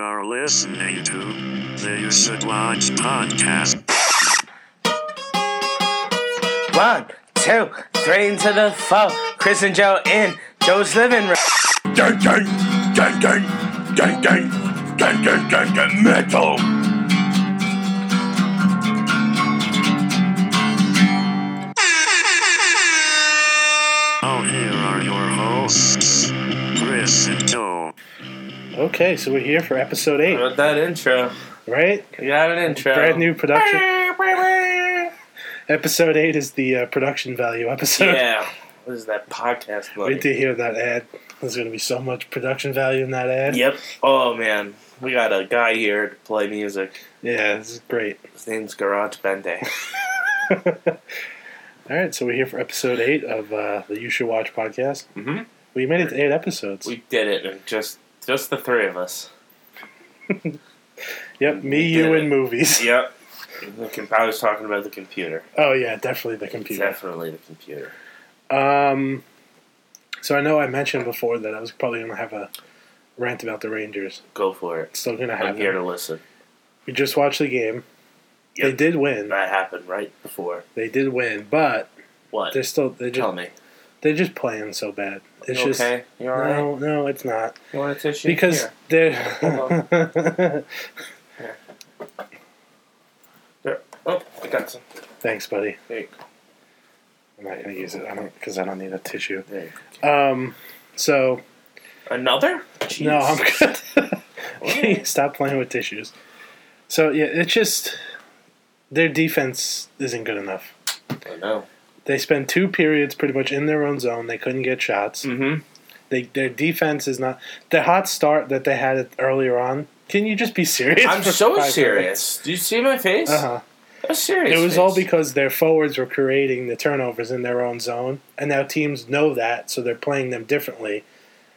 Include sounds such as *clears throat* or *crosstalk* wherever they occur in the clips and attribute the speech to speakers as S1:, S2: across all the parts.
S1: are listening to the You Should Watch podcast.
S2: One, two, three into the four. Chris and Joe in Joe's living room.
S3: Dun dun dun dun dun dun dun dun dun dun metal.
S1: Now here are your hosts, Chris and Joe.
S4: Okay, so we're here for episode eight,
S2: With that intro.
S4: right?
S2: You had an intro.
S4: Brand new production. episode eight is the uh, production value episode.
S2: Yeah. What is that podcast
S4: *laughs* Wait
S2: like?
S4: to hear that ad. There's going to be so much production value in that ad.
S2: Yep. Oh man, we got a guy here to play music.
S4: Yeah, this is great.
S2: His name's Garage Bende.
S4: All right, so we're here for episode eight of uh, the You Should Watch podcast.
S2: Mhm.
S4: We made it to eight episodes.
S2: we did it, and just just the three of us.
S4: yep, me,
S2: did
S4: you,
S2: it.
S4: and movies.
S2: Yep. The com- I was talking about the computer.
S4: *laughs* Oh, yeah, definitely the computer.
S2: Definitely the computer.
S4: Um, so I know I mentioned before that I was probably going to have a rant about the Rangers.
S2: Go for it.
S4: It's still going to
S2: I'm
S4: happen.
S2: here to listen.
S4: We just watched the game. They
S2: Yep.
S4: did win.
S2: That happened right before.
S4: They did win, but
S2: What?
S4: they're still they
S2: Tell
S4: just
S2: me.
S4: they're just playing so bad. It's
S2: You
S4: just
S2: okay? You all right?
S4: no, no, it's not
S2: You want a tissue?
S4: because
S2: Here.
S4: they're.
S2: There. Oh, I got some.
S4: *laughs* Thanks, buddy.
S2: There you
S4: I'm not gonna use it. I don't because I don't need a tissue.
S2: There you
S4: Um, so
S2: go. Another? Jeez.
S4: no, I'm *laughs* good. Can you Stop playing with tissues. So yeah, it's just their defense isn't good enough.
S2: I know.
S4: *laughs* They spend two periods pretty much in their own zone. They couldn't get shots.
S2: Mm-hmm.
S4: They, their defense is not the hot start that they had it earlier on. Can you just be serious?
S2: I'm
S4: for
S2: so
S4: five
S2: serious. Do you see my face?
S4: minutes? Uh-huh.
S2: I'm serious.
S4: It was all
S2: face.
S4: because their forwards were creating the turnovers in their own zone, and now teams know that, so they're playing them differently,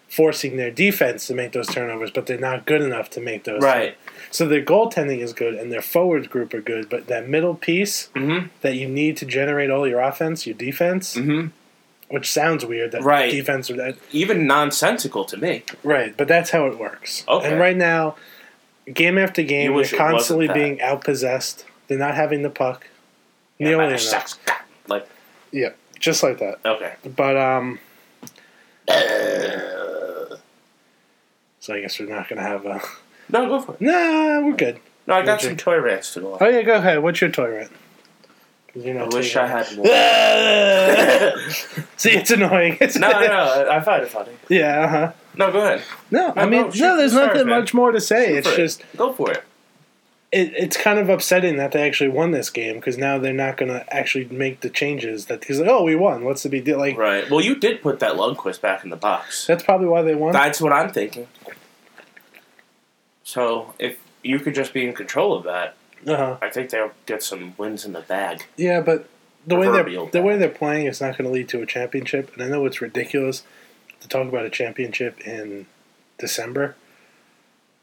S4: forcing their defense to make those turnovers, but they're not good enough to make those.
S2: right.
S4: So their goaltending is good, and their forward group are good, but that middle piece
S2: Mm-hmm.
S4: that you need to generate all your offense, your defense,
S2: Mm-hmm.
S4: which sounds weird, that
S2: Right.
S4: defense that
S2: Even nonsensical to me.
S4: Right, but that's how it works.
S2: Okay.
S4: And right now, game after game,
S2: You
S4: they're
S2: wish it wasn't
S4: constantly
S2: that.
S4: being outpossessed. They're not having the puck.
S2: Yeah,
S4: Nearly
S2: man,
S4: enough.
S2: sucks. Like
S4: Yeah, just like that.
S2: okay.
S4: But um, so I guess we're not gonna have a. *laughs*
S2: No, go for it.
S4: Nah, we're good.
S2: No, I got
S4: Okay.
S2: some toy rants to go.
S4: Oh
S2: on.
S4: yeah, go ahead. What's your toy rant? 'Cause you're
S2: I
S4: not
S2: wish I
S4: taking- *laughs*
S2: had more. *laughs*
S4: See, it's annoying. It's
S2: no, no, no, I find it funny.
S4: yeah. Uh huh.
S2: No, go ahead.
S4: No, I
S2: No,
S4: mean,
S2: no,
S4: no.
S2: shoot-
S4: there's
S2: sorry,
S4: nothing
S2: man.
S4: much more to say.
S2: Go
S4: it's
S2: for it.
S4: just
S2: go for it.
S4: it, it's kind of upsetting that they actually won this game because now they're not going to actually make the changes that because oh we won what's the big deal like
S2: Right. Well, you did put that Lundqvist back in the box.
S4: that's probably why they won
S2: That's what I'm thinking. So if you could just be in control of that,
S4: uh-huh.
S2: I think they'll get some wins in the bag.
S4: yeah but the way
S2: Proverbial
S4: they're the way
S2: bad.
S4: they're playing is not going to lead to a championship and I know it's ridiculous to talk about a championship in December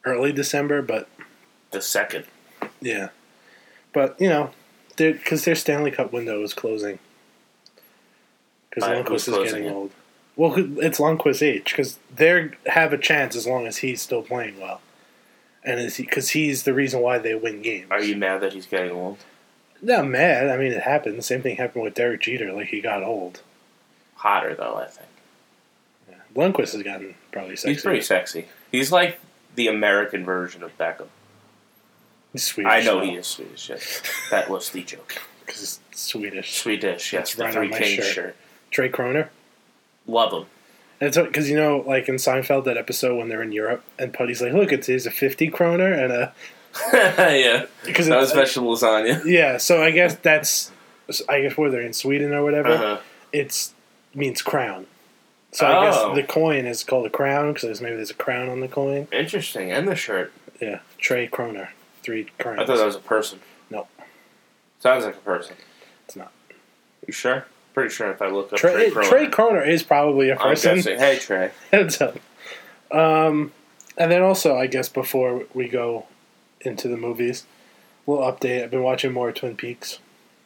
S4: early December but
S2: The second.
S4: yeah but you know because their Stanley Cup window is closing because
S2: Alright, who's
S4: Lundqvist is
S2: closing
S4: getting
S2: it?
S4: old. Well, it's Lundqvist age because they have a chance as long as he's still playing well, and because he's the reason why they win games.
S2: Are you mad that he's getting old?
S4: not mad? I mean, it happened. The same thing happened with Derek Jeter. Like he got old.
S2: Hotter though, I think.
S4: Lundqvist has gotten probably sexy.
S2: He's pretty sexy. He's like the American version of Beckham.
S4: He's Swedish.
S2: I know he is Swedish. Yes. That was the joke.
S4: because he's Swedish.
S2: Swedish. Yes,
S4: That's
S2: the
S4: right
S2: three
S4: on my
S2: kings
S4: shirt.
S2: shirt.
S4: Trey Kroner.
S2: Love him. *laughs*
S4: And so, because you know, like in Seinfeld, that episode when they're in Europe, and Putty's like, "Look, it's he's a fifty kroner and a
S2: yeah, *laughs*
S4: because
S2: that
S4: it-
S2: was vegetable lasagna.
S4: Yeah, so I guess that's I guess whether in Sweden or whatever,
S2: Uh-huh.
S4: it's means crown. So I
S2: Oh.
S4: guess the coin is called a crown because maybe there's a crown on the coin.
S2: Interesting. And the shirt.
S4: Yeah, Trey Kroner, three crowns.
S2: I thought that was a person.
S4: no,
S2: Sounds like a person.
S4: it's not.
S2: You sure? Pretty sure if I look up
S4: Trey,
S2: Trey,
S4: Trey,
S2: Kroner,
S4: Kroner. is probably a
S2: I'm
S4: person.
S2: guessing. Hey Trey.
S4: *laughs* Heads up. Um, and then also, I guess before we go into the movies, we'll update. I've been watching more Twin Peaks.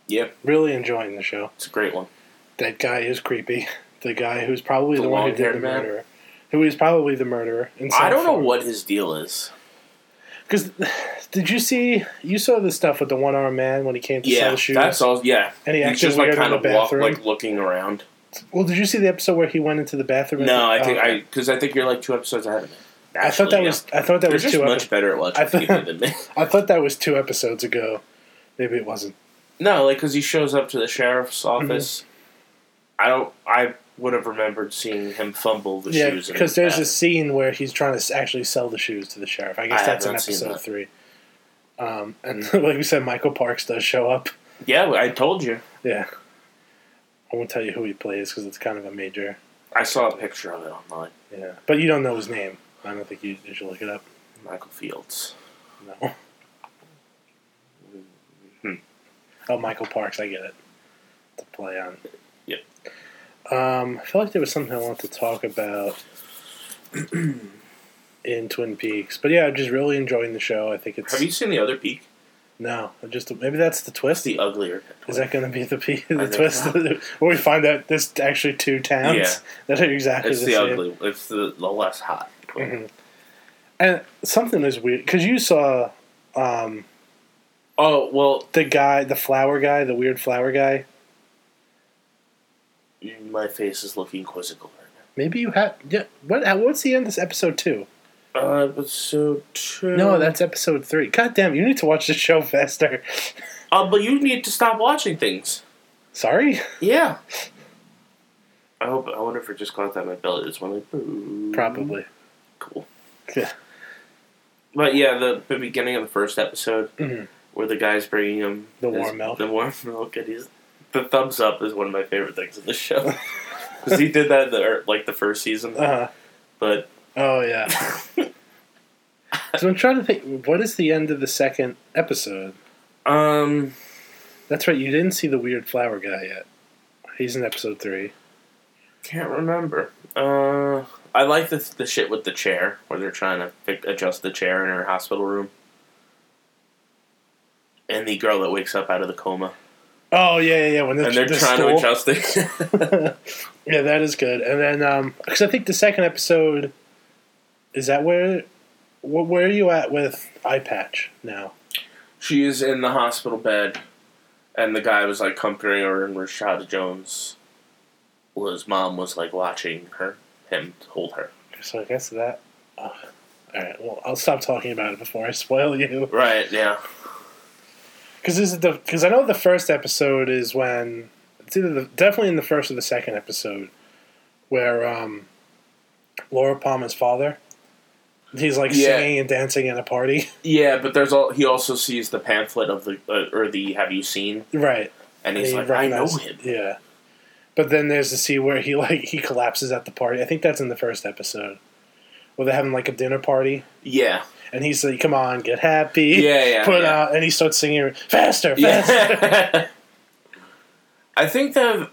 S2: Yep,
S4: Really enjoying the show.
S2: it's a great one.
S4: that guy is creepy. *laughs* The guy who's probably
S2: The
S4: the, one who did the
S2: long-haired man?
S4: murder. Who is probably the murderer. In some
S2: I don't know
S4: form.
S2: what his deal is.
S4: Because *sighs* did you see? You saw the stuff with the one armed man when he came to sell
S2: Yeah,
S4: shoes.
S2: that's all. Yeah,
S4: And he
S2: He's
S4: acted
S2: just like
S4: weird in
S2: kind
S4: the
S2: of walk,
S4: bathroom.
S2: like looking around.
S4: well, did you see the episode where he went into the bathroom?
S2: No, I think
S4: Oh,
S2: I because I think you're like two episodes ahead of me.
S4: I thought that
S2: Actually,
S4: was. I thought that
S2: You're
S4: was
S2: just
S4: two.
S2: much
S4: epi-
S2: better at watching
S4: I thought-
S2: TV than me. *laughs*
S4: I thought that was two episodes ago. Maybe it wasn't.
S2: No, like because he shows up to the sheriff's
S4: Mm-hmm.
S2: office. I don't. I would have remembered seeing him fumble the
S4: Yeah,
S2: shoes. in
S4: because
S2: his
S4: there's
S2: bag.
S4: a scene where he's trying to s- actually sell the shoes to the sheriff. I guess
S2: I
S4: that's
S2: have
S4: in
S2: not seen
S4: episode
S2: that.
S4: three. Um, and *laughs* like we said, Michael Parks does show up.
S2: Yeah, I told you.
S4: Yeah, I won't tell you who he plays because it's kind of a major.
S2: I saw a picture of it online.
S4: Yeah, but you don't know his name. I don't think you, you should look it up.
S2: Michael Fields.
S4: No.
S2: Hmm.
S4: Oh, Michael Parks. I get it. To play on.
S2: Yep.
S4: Um, I feel like there was something I wanted to talk about *clears throat* in Twin Peaks, but yeah, I'm just really enjoying the show. I think it's
S2: Have you seen the other peak?
S4: no, I just maybe that's the
S2: It's
S4: twist.
S2: the uglier.
S4: Is that going to be the pe- *laughs*
S2: I
S4: the
S2: think
S4: twist
S2: so.
S4: where we find out there's actually two towns
S2: Yeah.
S4: *laughs* that are exactly
S2: It's
S4: the,
S2: the
S4: same?
S2: ugly. It's the, the less hot.
S4: Mhm. And something is weird because you saw um,
S2: Oh well,
S4: the guy, the flower guy, the weird flower guy.
S2: my face is looking quizzical right
S4: Maybe you have. Yeah, what? how- What's the end of this episode two?
S2: now. Uh, but so true.
S4: No, that's episode three. God damn, you need to watch the show *laughs* faster.
S2: Uh, but you need to stop watching things.
S4: Sorry,
S2: Yeah. I hope. I wonder if it just caught that in my belly. It's one like "Boo."
S4: probably.
S2: cool.
S4: Yeah.
S2: But yeah, the, the beginning of the first episode
S4: Mhm.
S2: where the guy's bringing him
S4: The
S2: his-
S4: warm milk.
S2: the warm *laughs* milk, and he's the thumbs up is one of my favorite things in the
S4: *laughs*
S2: show because he did that in the, or, like the first season,
S4: Uh huh.
S2: but
S4: Oh
S2: *laughs*
S4: yeah. so I'm trying to think. What is the end of the second episode?
S2: um,
S4: That's right. You didn't see the weird flower guy yet. He's in episode three.
S2: can't remember. Uh, I like the the shit with the chair where they're trying to fi- adjust the chair in her hospital room. And the girl that wakes up out of the coma,
S4: Oh yeah, yeah, yeah. When the,
S2: and they're
S4: the
S2: trying
S4: stool.
S2: to adjust it. *laughs*
S4: *laughs* yeah, that is good. And then because I think the second episode is that where wh- where are you at with eye patch now?
S2: She is in the hospital bed, and the guy was like comforting her, and Rashada Jones, was mom was like watching her, him hold her.
S4: So I guess that. Ugh. all right. Well, I'll stop talking about it before I spoil you. *laughs*
S2: Right, yeah.
S4: Because this is the because I know the first episode is when it's either the, definitely in the first or the second episode where um, Laura Palmer's father. He's like
S2: Yeah.
S4: singing and dancing at a party, *laughs*
S2: Yeah, but there's all he also sees the pamphlet of the uh, or the have you seen,
S4: right?
S2: and he's
S4: They
S2: like, I know
S4: recognize-
S2: him.
S4: Yeah. But then there's the scene where he *laughs* like he collapses at the party. I think that's in the first episode. Where they're having like a dinner party
S2: Yeah,
S4: and he's like, Come on, get happy.
S2: Yeah, yeah,
S4: Put
S2: yeah.
S4: out and he starts singing *laughs* faster,
S2: *laughs*
S4: faster.
S2: yeah. I think the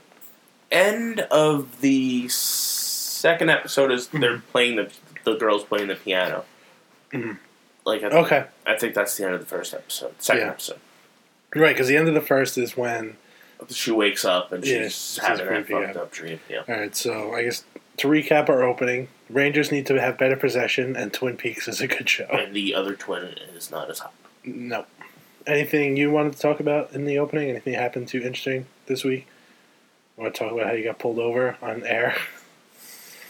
S2: end of the s- second episode is they're
S4: Mm-hmm.
S2: playing the the girls playing the piano. Like I think-
S4: Okay.
S2: I think that's the end of the first episode. Second
S4: Yeah.
S2: episode.
S4: Right, because the end of the first is when
S2: She wakes up and she's
S4: Yeah, she's
S2: having her
S4: creepy,
S2: fucked
S4: yeah.
S2: up dream. Yeah.
S4: Alright, so I guess to recap our opening, Rangers need to have better possession and Twin Peaks is a good show.
S2: And the other twin is not as hot.
S4: No. Anything you wanted to talk about in the opening? Anything happened too interesting this week? Want to talk about how you got pulled over on air?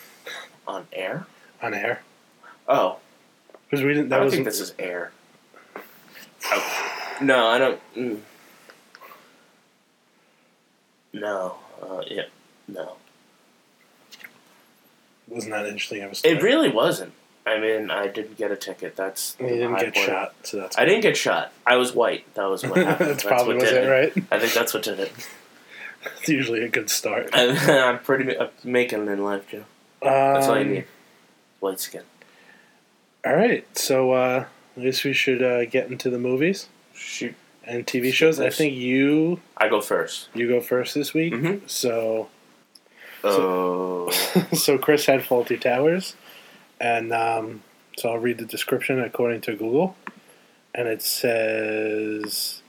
S4: *laughs*
S2: On air?
S4: On air?
S2: Oh,
S4: Because we didn't.
S2: I
S4: That
S2: don't
S4: was
S2: think this is air. Oh, no, I don't. Mm. No. Uh, yeah. No.
S4: was not interesting. I was.
S2: It really wasn't. I mean, I didn't get a ticket. That's
S4: You didn't
S2: high
S4: get
S2: point.
S4: shot, so that's.
S2: I didn't get shot. I was white. That was what happened.
S4: *laughs* that's probably
S2: what
S4: was
S2: did
S4: it, right? *laughs*
S2: I think that's what did it. *laughs*
S4: It's usually a good start.
S2: I'm pretty. I'm making it in life, Joe. That's all you
S4: Um,
S2: need. White skin.
S4: All right, so uh, I guess we should uh, get into the movies
S2: Shoot.
S4: and TV shows. I
S2: Yes.
S4: think you
S2: I go first.
S4: you go first this week.
S2: Mhm.
S4: So
S2: Oh.
S4: *laughs* so Chris had Faulty Towers, and um, so I'll read the description according to Google, and it says.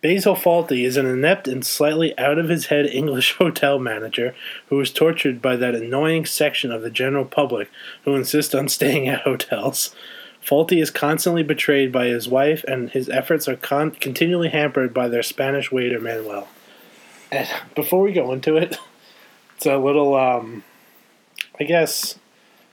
S4: Basil Fawlty is an inept and slightly out of his head English *laughs* hotel manager who is tortured by that annoying section of the general public who insist on staying at hotels. Faulty is constantly betrayed by his wife, and his efforts are con- continually hampered by their Spanish waiter Manuel. And *laughs* before we go into it, it's a little, um, I guess,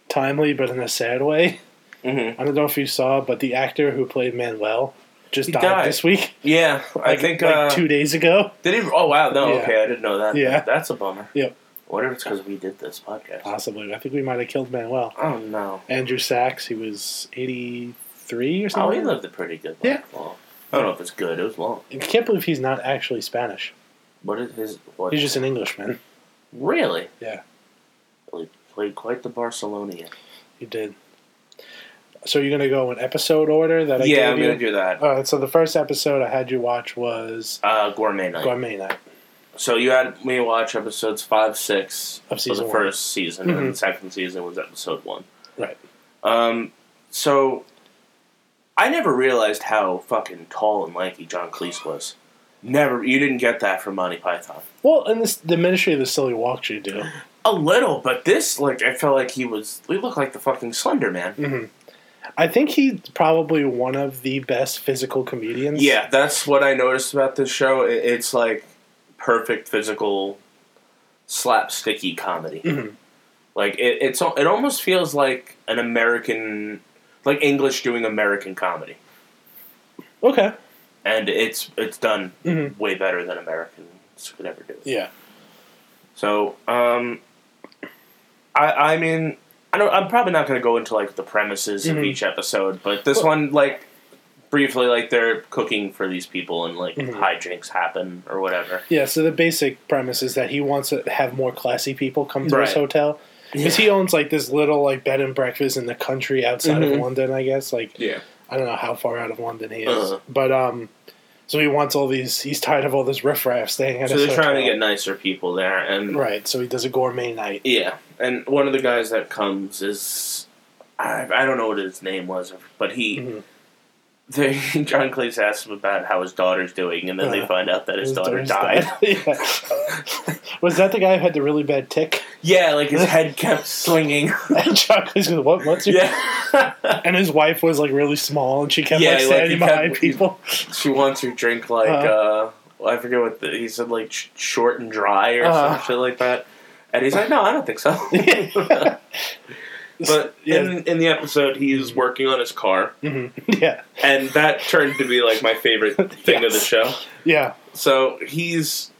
S4: timely, but in a sad way.
S2: Mhm.
S4: I don't know if you saw, but the actor who played Manuel just
S2: He
S4: died,
S2: died.
S4: this week.
S2: Yeah, I
S4: Like,
S2: think
S4: like
S2: uh,
S4: two days ago.
S2: Did he? Oh wow! No,
S4: Yeah.
S2: okay, I didn't know that.
S4: Yeah.
S2: that's a bummer.
S4: Yep. Uh,
S2: I wonder if it's because we did this podcast.
S4: Possibly, I think we might have killed Manuel.
S2: Oh no!
S4: Andrew Sachs, he was 83 or
S2: Oh,
S4: something.
S2: he lived a pretty good life.
S4: Yeah.
S2: Well, I don't know if it's good. It was long.
S4: I can't believe he's not actually Spanish.
S2: What is his? What?
S4: He's just an Englishman.
S2: really?
S4: Yeah.
S2: He played quite the Barcelonian.
S4: He did. So you're gonna go in episode order that I
S2: yeah, I'm
S4: gave you.
S2: gonna do that.
S4: All right. So the first episode I had you watch was
S2: Uh, gourmet night.
S4: Gourmet Night.
S2: So you had me watch episodes five, six
S4: Of
S2: for
S4: season
S2: the
S4: one.
S2: first season, and
S4: Mhm.
S2: the second season was episode one.
S4: Right.
S2: Um, so I never realized how fucking tall and lanky John Cleese was. Never, you didn't get that from Monty Python.
S4: Well, and this the Ministry of the Silly Walks you do.
S2: A little, but this, like, I felt like he was. He looked like the fucking Slender Man.
S4: I think he's probably one of the best physical comedians.
S2: Yeah, that's what I noticed about this show. I- It's like perfect physical slapsticky comedy.
S4: Mhm.
S2: Like it, it's al- it almost feels like an American, like English doing American comedy,
S4: Okay.
S2: and it's it's done
S4: Mhm.
S2: way better than Americans could ever do.
S4: Yeah.
S2: So, um, I I mean, I don't. I'm probably not going to go into like the premises of
S4: Mhm.
S2: each episode, but this one, like, briefly, like they're cooking for these people and like
S4: Mhm.
S2: hijinks happen or whatever.
S4: Yeah. So the basic premise is that he wants to have more classy people come to his
S2: Right.
S4: hotel because he owns like this little like bed and breakfast in the country outside
S2: Mhm.
S4: of London. I guess like
S2: Yeah.
S4: I don't know how far out of London he is,
S2: Uh-huh.
S4: but um, so he wants all these. He's tired of all this riffraff staying at
S2: So
S4: his
S2: they're trying to
S4: hotel.
S2: get nicer people there, and
S4: right. So he does a gourmet night.
S2: yeah, and one of the guys that comes is. I, I don't know what his name was, but he.
S4: Mhm.
S2: They, *laughs* John Cleese asks him about how his daughter's doing, and then they
S4: Uh,
S2: find out that his, daughter
S4: daughter's
S2: died.
S4: *laughs* Yeah. Was that the guy who had the really bad tick?
S2: *laughs*
S4: *laughs*
S2: Yeah, like his head kept swinging.
S4: And Chuck was like, what, what's your?
S2: yeah. *laughs*
S4: And his wife was like really small, and she kept
S2: Yeah,
S4: like
S2: like,
S4: standing
S2: he kept-
S4: behind people.
S2: she wants her drink like
S4: Uh-huh.
S2: uh, I forget what the, he said like sh- short and dry or
S4: Uh-huh.
S2: some shit like that. And he's like, no, I don't think
S4: *laughs*
S2: so. *laughs* but
S4: yeah,
S2: in, in the episode, he's working on his car,
S4: mhm. yeah,
S2: and that turned to be like my favorite thing of the
S4: Yes.
S2: show.
S4: yeah,
S2: So he's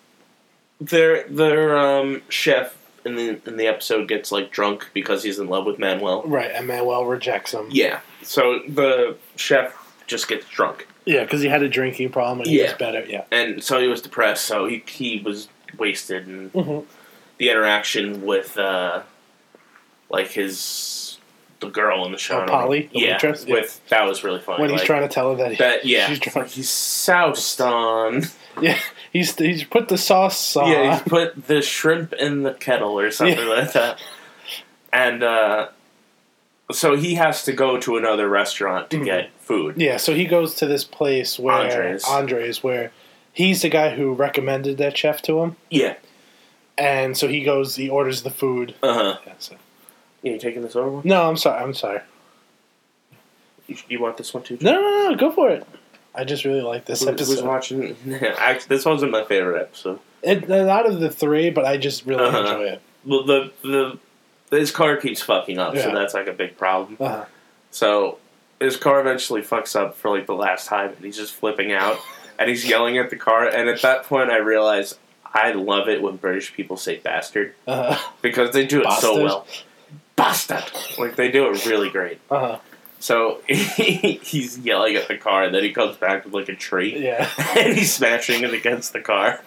S2: their their um, chef in the in the episode gets like drunk because he's in love with Manuel.
S4: right. And Manuel rejects him.
S2: Yeah. So the chef just gets drunk.
S4: Yeah, because he had a drinking problem and he was
S2: Yeah.
S4: better. Yeah,
S2: and so he was depressed. So he he was wasted, and
S4: Mhm.
S2: the interaction with uh, like his the girl in the show,
S4: Oh, Polly, the
S2: yeah,
S4: waitress? Yeah.
S2: with that was really funny.
S4: when he's
S2: like,
S4: trying to tell her that, he,
S2: that, yeah,
S4: she's drunk. *laughs*
S2: he's soused on.
S4: Yeah, he's he's put the sauce on.
S2: Yeah, he's put the shrimp in the kettle or something
S4: Yeah.
S2: like that, and uh, so he has to go to another restaurant to
S4: Mhm.
S2: get food.
S4: Yeah, so he goes to this place where
S2: Andre's.
S4: Andres, where he's the guy who recommended that chef to him,
S2: Yeah,
S4: and so he goes, he orders the food.
S2: uh huh.
S4: Yeah, so-
S2: You taking this over? one?
S4: No, I'm sorry, I'm sorry.
S2: You, you want this one too?
S4: No, no, no, go for it. I just really like this
S2: Who- Who's
S4: episode.
S2: watching? *laughs* Actually, this wasn't my favorite episode.
S4: It, out of the three, but I just really
S2: Uh-huh.
S4: enjoy it.
S2: Well, the the his car keeps fucking up, so
S4: Yeah.
S2: that's like a big problem.
S4: Uh-huh.
S2: So his car eventually fucks up for like the last time, and he's just flipping
S4: *laughs*
S2: out, and he's yelling at the car. And at that point, I realized I love it when British people say "bastard"
S4: Uh-huh.
S2: because they do it so
S4: Bastard.
S2: well. Bastard, like they do it really great.
S4: Uh-huh.
S2: So *laughs* he's yelling at the car, and then he comes back with like a tree,
S4: Yeah.
S2: *laughs* and he's smashing it against the car.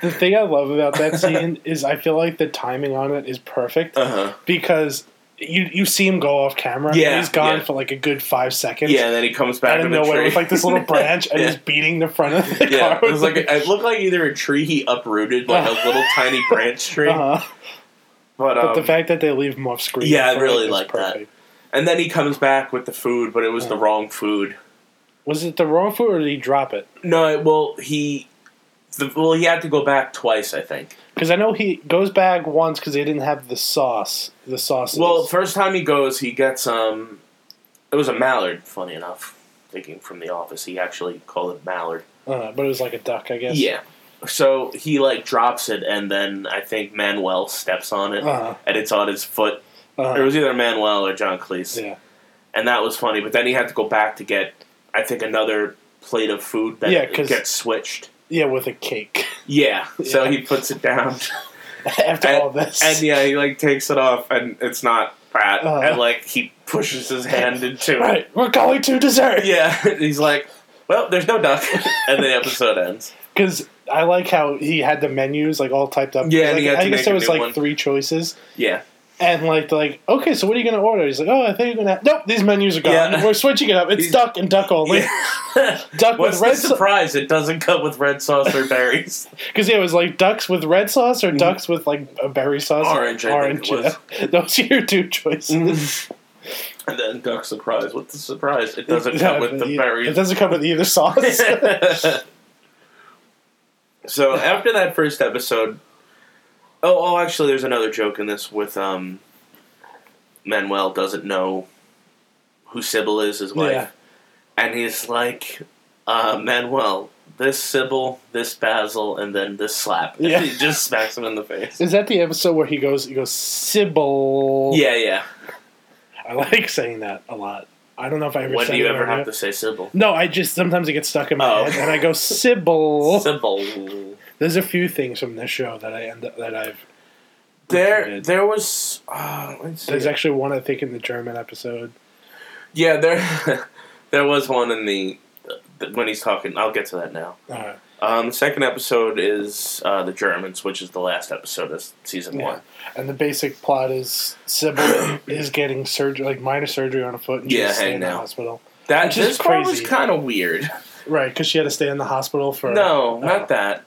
S4: The thing I love about
S2: *laughs*
S4: that scene is I feel like the timing on it is perfect
S2: Uh huh.
S4: because you you see him go off camera. and
S2: Yeah,
S4: he's gone
S2: yeah.
S4: for like a good five seconds.
S2: Yeah, and then he comes back
S4: out of
S2: with a
S4: nowhere
S2: tree.
S4: with like
S2: *laughs*
S4: this little branch and
S2: Yeah.
S4: he's beating the front of the
S2: Yeah,
S4: car.
S2: it was like a, it looked like either a tree he uprooted, like a
S4: *laughs*
S2: little tiny branch tree.
S4: uh
S2: But, um,
S4: But the fact that they leave him off screen,
S2: yeah, I
S4: for it
S2: really
S4: is
S2: like that. and then he comes back with the food, but it was the
S4: Uh.
S2: wrong food.
S4: Was it the wrong food or did he drop it?
S2: No, it- well he, the, well he had to go back twice, I think.
S4: Because I know he goes back once because they didn't have the sauce, the sauce.
S2: Well, first time he goes, he gets um, It was a mallard, funny enough. Thinking from the office, he actually called it mallard.
S4: Uh, but it was like a duck, I guess.
S2: Yeah. So he like drops it, and then I think Manuel steps on it,
S4: Uh-huh.
S2: and it's on his foot. It
S4: Uh,
S2: was either Manuel or John Cleese,
S4: yeah.
S2: and that was funny. But then he had to go back to get, I think, another plate of food that
S4: Yeah, 'cause-
S2: gets switched.
S4: Yeah, with a cake. *laughs*
S2: Yeah. So
S4: Yeah.
S2: he puts it
S4: *laughs*
S2: down,
S4: After
S2: and,
S4: all this.
S2: and yeah, he like takes it off, and it's not Pratt,
S4: Uh-huh.
S2: and like he pushes his hand into it.
S4: Right, we're going to dessert.
S2: Yeah, *laughs* and he's like, well, there's no duck, *laughs* and the episode ends.
S4: Because I like how he had the menus like all typed up.
S2: Yeah, and
S4: Like,
S2: he had
S4: I
S2: to
S4: guess
S2: make a
S4: there was
S2: new
S4: like
S2: one.
S4: three choices,
S2: Yeah,
S4: and like they're like okay, so what are you gonna order? He's like, oh, I think you're gonna. Nope, these menus are gone.
S2: Yeah.
S4: We're switching it up.
S2: *laughs*
S4: It's
S2: He's-
S4: duck and duck only.
S2: yeah. *laughs*
S4: Duck
S2: What's
S4: with red
S2: the
S4: sauce.
S2: surprise? it doesn't come with red sauce or
S4: *laughs*
S2: berries. *laughs*
S4: Because yeah, it was like ducks with red sauce or ducks with like a berry sauce.
S2: Mm-hmm. Orange, I think it was. Mm-hmm.
S4: yeah. *laughs* Those are your two choices.
S2: and then duck surprise. What's the surprise? It
S4: *laughs*
S2: doesn't come with the
S4: Yeah, It
S2: berries.
S4: doesn't come with either sauce.
S2: *laughs*
S4: *laughs*
S2: so after that first episode, oh, oh, actually, there's another joke in this with um, Manuel doesn't know who Sybil is, his wife,
S4: Yeah.
S2: and he's like, uh, Manuel, this Sybil, this Basil, and then this slap.
S4: Yeah.
S2: he just smacks him in the face.
S4: Is that the episode where he goes? He goes Sybil.
S2: Yeah, yeah.
S4: I like saying that a lot. I don't know if I ever.
S2: When
S4: said
S2: do you
S4: it
S2: ever
S4: on
S2: have
S4: here.
S2: to say Sybil?
S4: No, I just sometimes it gets stuck in my
S2: Oh.
S4: head,
S2: *laughs*
S4: and I go Sybil.
S2: Sybil.
S4: There's a few things from this show that I end up, that I've.
S2: There,
S4: Did.
S2: there was. Uh, let's see.
S4: There's actually one I think in the German episode.
S2: yeah, there, *laughs* there was one in the uh, when he's talking. I'll get to that now.
S4: Uh,
S2: Um, the second episode is uh, the Germans, which is the last episode of season
S4: Yeah.
S2: one.
S4: and the basic plot is
S2: *coughs*
S4: Sybil is getting surgery, like minor surgery on a foot, and she
S2: Yeah,
S4: has to stay
S2: hang
S4: in the
S2: now.
S4: hospital.
S2: That
S4: Which is
S2: this part was
S4: crazy.
S2: kind of weird.
S4: Right, because she had to stay in the hospital for.
S2: No,
S4: Oh.
S2: not that.